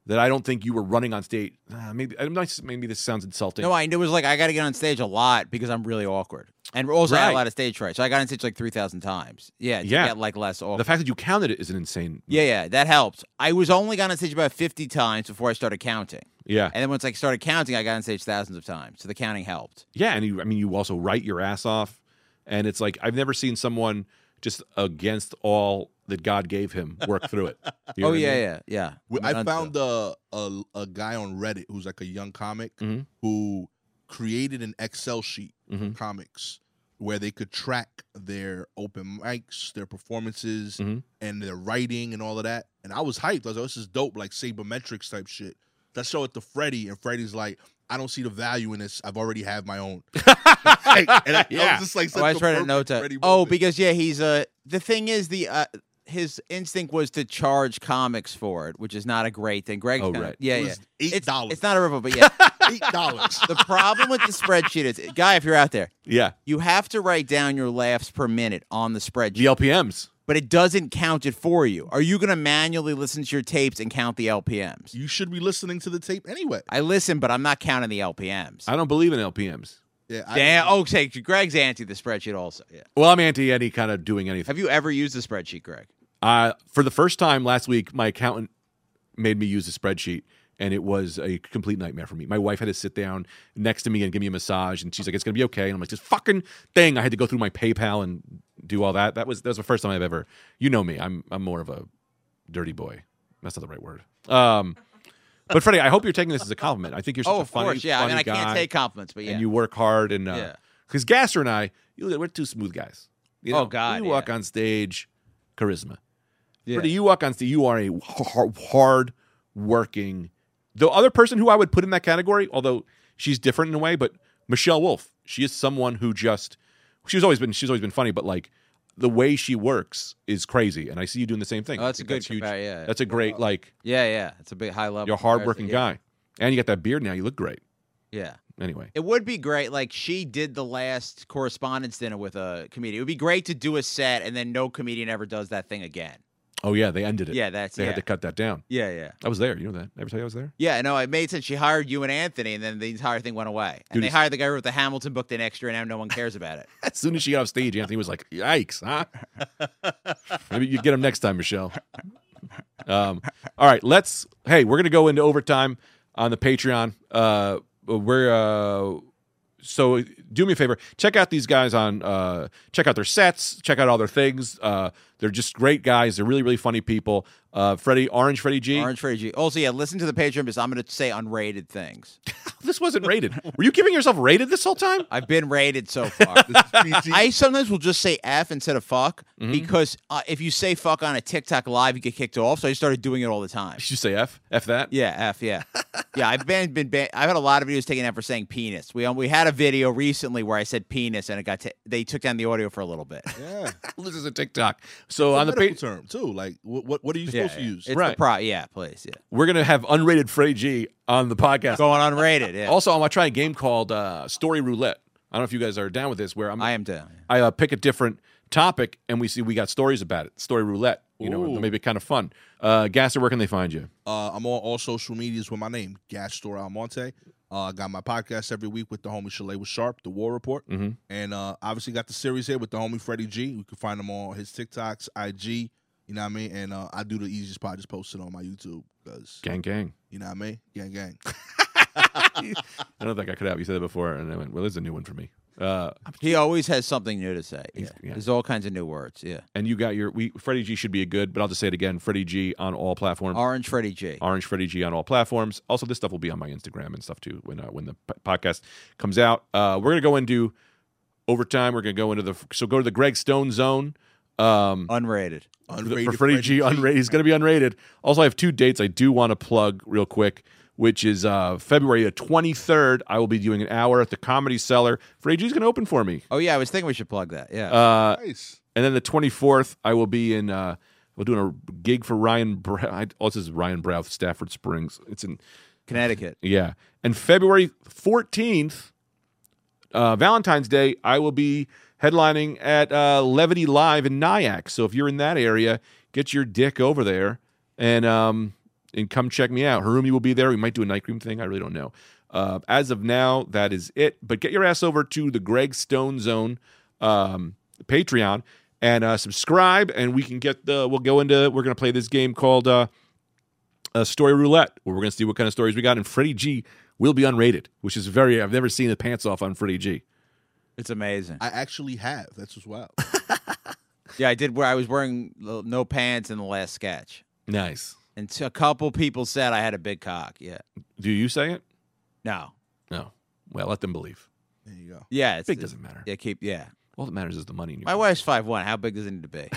Speaker 2: that I don't think you were running on stage. Uh, maybe, I'm not, maybe this sounds insulting.
Speaker 4: No, I it was like I got to get on stage a lot because I'm really awkward, and also I had
Speaker 2: Right.
Speaker 4: a lot of stage fright. So I got on stage like three thousand times. Yeah, to
Speaker 2: Yeah.
Speaker 4: get like less awkward.
Speaker 2: the fact that you counted it is an insane.
Speaker 4: yeah, yeah, that helped. I was only got on stage about fifty times before I started counting,
Speaker 2: Yeah.
Speaker 4: and then once I started counting, I got on stage thousands of times. So the counting helped.
Speaker 2: Yeah, and you, I mean, you also write your ass off, and it's like I've never seen someone just against all that God gave him work through it. You know
Speaker 4: oh
Speaker 2: what I
Speaker 4: yeah,
Speaker 2: mean?
Speaker 4: yeah, yeah.
Speaker 3: We-
Speaker 4: I'm
Speaker 3: I
Speaker 4: an
Speaker 3: found a, a a guy on Reddit who's like a young comic
Speaker 4: Mm-hmm.
Speaker 2: Mhm.
Speaker 3: who created an Excel sheet
Speaker 2: Mhm.
Speaker 3: for comics where they could track their open mics, their performances,
Speaker 4: Mm-hmm.
Speaker 2: Mhm.
Speaker 3: and their writing and all of that. And I was hyped. I was like, this is dope, like sabermetrics type shit. So I show it to Freddie, and Freddie's like, I don't see the value in this. I've already have my own. Like, and I, I
Speaker 2: Yeah.
Speaker 3: was just like,
Speaker 4: Oh,
Speaker 3: such
Speaker 4: I
Speaker 3: the
Speaker 4: was trying to
Speaker 3: perfect
Speaker 4: note that.
Speaker 3: Freddie
Speaker 4: Oh,
Speaker 3: moment.
Speaker 4: because yeah, he's uh the thing is the uh his instinct was to charge comics for it, which is not a great thing. Greg,
Speaker 2: Oh, right.
Speaker 4: yeah,
Speaker 3: It
Speaker 4: yeah,
Speaker 3: was $8.
Speaker 4: It's, it's not a river, but yeah,
Speaker 3: eight dollars.
Speaker 4: The problem with the spreadsheet is, guy, if you're out there,
Speaker 2: Yeah.
Speaker 4: you have to write down your laughs per minute on the spreadsheet,
Speaker 2: The LPMs.
Speaker 4: but it doesn't count it for you. Are you going to manually listen to your tapes and count the LPMs?
Speaker 3: you should be listening to the tape anyway.
Speaker 4: I listen, but I'm not counting the LPMs.
Speaker 2: I don't believe in LPMs.
Speaker 3: Yeah, I-
Speaker 4: Damn. Oh, okay. Greg's anti the spreadsheet also. Yeah.
Speaker 2: Well, I'm anti any kind of doing anything.
Speaker 4: Have you ever used the spreadsheet, Greg?
Speaker 2: Uh, for the first time last week, my accountant made me use a spreadsheet, and it was a complete nightmare for me. My wife had to sit down next to me and give me a massage, and she's like, "It's gonna be okay," and I'm like, "This fucking thing!" I had to go through my PayPal and do all that. That was that was the first time I've ever. You know me. I'm I'm more of a dirty boy. That's not the right word. Um, but Freddie, I hope you're taking this as a compliment. I think you're such
Speaker 4: oh,
Speaker 2: a
Speaker 4: of
Speaker 2: funny,
Speaker 4: course. Yeah. I
Speaker 2: funny
Speaker 4: mean, I can't
Speaker 2: guy,
Speaker 4: take compliments, but yeah.
Speaker 2: and you work hard, and
Speaker 4: Yeah.
Speaker 2: because Gasser and I, you- we're two smooth guys. You
Speaker 4: Oh,
Speaker 2: know,
Speaker 4: God,
Speaker 2: we walk
Speaker 4: yeah.
Speaker 2: on stage, charisma.
Speaker 4: yeah.
Speaker 2: Freddie, you walk on stage. You are a hard, hard working. The other person who I would put in that category, although she's different in a way, but Michelle Wolf, she is someone who just she's always been she's always been funny, but like the way she works is crazy. And I see you doing the same thing.
Speaker 4: Oh, that's
Speaker 2: I
Speaker 4: a
Speaker 2: think
Speaker 4: good
Speaker 2: huge.
Speaker 4: compare. Yeah.
Speaker 2: That's a great like
Speaker 4: yeah. Yeah. It's a big high level.
Speaker 2: you're a
Speaker 4: comparison,
Speaker 2: hardworking
Speaker 4: yeah.
Speaker 2: guy, and you got that beard now. You look great.
Speaker 4: Yeah.
Speaker 2: Anyway,
Speaker 4: It would be great. Like she did the last correspondence dinner with a comedian. It would be great to do a set and then no comedian ever does that thing again.
Speaker 2: oh yeah, they ended it.
Speaker 4: Yeah, that's
Speaker 2: they
Speaker 4: yeah.
Speaker 2: had to cut that down.
Speaker 4: yeah, yeah,
Speaker 2: I was there. You know that. Ever tell you I was there?
Speaker 4: yeah. No, it made sense. She hired you and Anthony, and then the entire thing went away. And
Speaker 2: Dude,
Speaker 4: they
Speaker 2: it's-
Speaker 4: hired the guy who wrote the Hamilton book the next year, and now no one cares about it.
Speaker 2: As soon as she got off stage, Anthony was like, "Yikes, huh?" Maybe you get him next time, Michelle. Um, all right, let's. Hey, we're gonna go into overtime on the Patreon. Uh, we're uh, so do me a favor. Check out these guys on. Uh, check out their sets. Check out all their things. Uh, they're just great guys. They're really really funny people. Uh, Freddie Orange, Freddie G.
Speaker 4: Orange Freddy G. Also, yeah, listen to the Patreon because I'm going to say unrated things.
Speaker 2: This wasn't rated. Were you giving yourself rated this whole time?
Speaker 4: I've been rated so far.
Speaker 3: This is PG.
Speaker 4: I sometimes will just say F instead of fuck
Speaker 2: Mm-hmm.
Speaker 4: because uh, if you say fuck on a TikTok live, you get kicked off. So I started doing it all the time.
Speaker 2: Did you say F? F that?
Speaker 4: Yeah, F, yeah. yeah, I've been been ban- I've had a lot of videos taken out for saying penis. We um, we had a video recently where I said penis and it got ta they took down the audio for a little bit.
Speaker 3: yeah,
Speaker 2: This is a TikTok. So on
Speaker 3: on
Speaker 2: the
Speaker 3: the
Speaker 2: Patreon.
Speaker 3: term too. Like, what what, what are you
Speaker 4: Yeah,
Speaker 3: supposed to
Speaker 4: yeah.
Speaker 3: use?
Speaker 4: It's
Speaker 2: Right.
Speaker 4: the pro- yeah, please. Yeah.
Speaker 2: We're gonna have unrated Freddie G on the podcast.
Speaker 4: Going unrated. Yeah.
Speaker 2: Also, I'm gonna try a game called uh, Story Roulette. I don't know if you guys are down with this, where I'm
Speaker 4: I
Speaker 2: I,
Speaker 4: am down.
Speaker 2: uh, pick a different topic and we see we got stories about it. Story Roulette. You know,
Speaker 3: Ooh.
Speaker 2: maybe kind of fun. Uh, Gasser, where can they find you?
Speaker 3: Uh, I'm on all social medias with my name, Gas Store Almonte. Uh, I got my podcast every week with the homie Chalet with Sharp, The War Report.
Speaker 2: Mhm.
Speaker 3: And uh, obviously got the series here with the homie Freddie G. You can find him on his TikToks, IG, you know what I mean? And uh, I do the easiest part, just post it on my YouTube because,
Speaker 2: Gang, gang.
Speaker 3: you know what I mean? Gang, gang.
Speaker 2: I don't think I could have. You said that before, and I went, "Well, there's a new one for me." Uh,
Speaker 4: He always has something new to say. Yeah.
Speaker 2: yeah.
Speaker 4: There's all kinds of new words. Yeah.
Speaker 2: and you got your we Freddie G should be a good, but I'll just say it again: Freddie G on all platforms.
Speaker 4: Orange Freddy G.
Speaker 2: Orange Freddie G on all platforms. Also, this stuff will be on my Instagram and stuff too when uh, when the p- podcast comes out. Uh, we're gonna go into overtime. We're gonna go into the so go to the Greg Stone zone. Um,
Speaker 4: Unrated.
Speaker 2: for Freddie G, unrated. He's gonna be unrated. Also, I have two dates I do want to plug real quick, which is uh, February the twenty third. I will be doing an hour at the Comedy Cellar. Freddie G's gonna open for me.
Speaker 4: Oh yeah, I was thinking we should plug that. Yeah.
Speaker 2: Uh,
Speaker 3: Nice.
Speaker 2: and then the 24th, I will be in. Uh, we're doing a gig for Ryan. Brow- I, oh, this is Ryan Brouth, Stafford Springs. It's in
Speaker 4: Connecticut.
Speaker 2: yeah. And February 14th, uh, Valentine's Day, I will be headlining at uh, Levity Live in Nyack. So if you're in that area, get your dick over there and um, and come check me out. Harumi will be there. We might do a night cream thing. I really don't know. Uh, as of now, that is it. But get your ass over to the Greg Stone Zone um, Patreon and uh, subscribe, and we can get the. We'll go into. We're gonna play this game called. Uh, a story roulette where we're going to see what kind of stories we got. And Freddie G will be unrated, which is very, I've never seen the pants off on Freddie G.
Speaker 4: It's amazing.
Speaker 3: I actually have. That's as well.
Speaker 4: yeah, I did where I was wearing l- no pants in the last sketch.
Speaker 2: Nice.
Speaker 4: And t- a couple people said I had a big cock. Yeah.
Speaker 2: Do you say it?
Speaker 4: No.
Speaker 2: No. Well, let them believe.
Speaker 3: There you go.
Speaker 4: Yeah, it's
Speaker 2: Big doesn't matter.
Speaker 4: Yeah, keep yeah.
Speaker 2: All that matters is the money in your
Speaker 4: My wife's five one. How big does it need to be?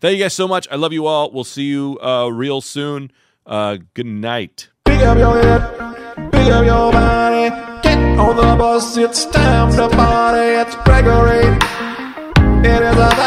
Speaker 2: Thank you guys so much. I love you all. We'll see you uh, real soon. Uh, good night.
Speaker 1: Pick up your head, pick up your body. Get on the bus, it's time to party. It's Gregory. It is a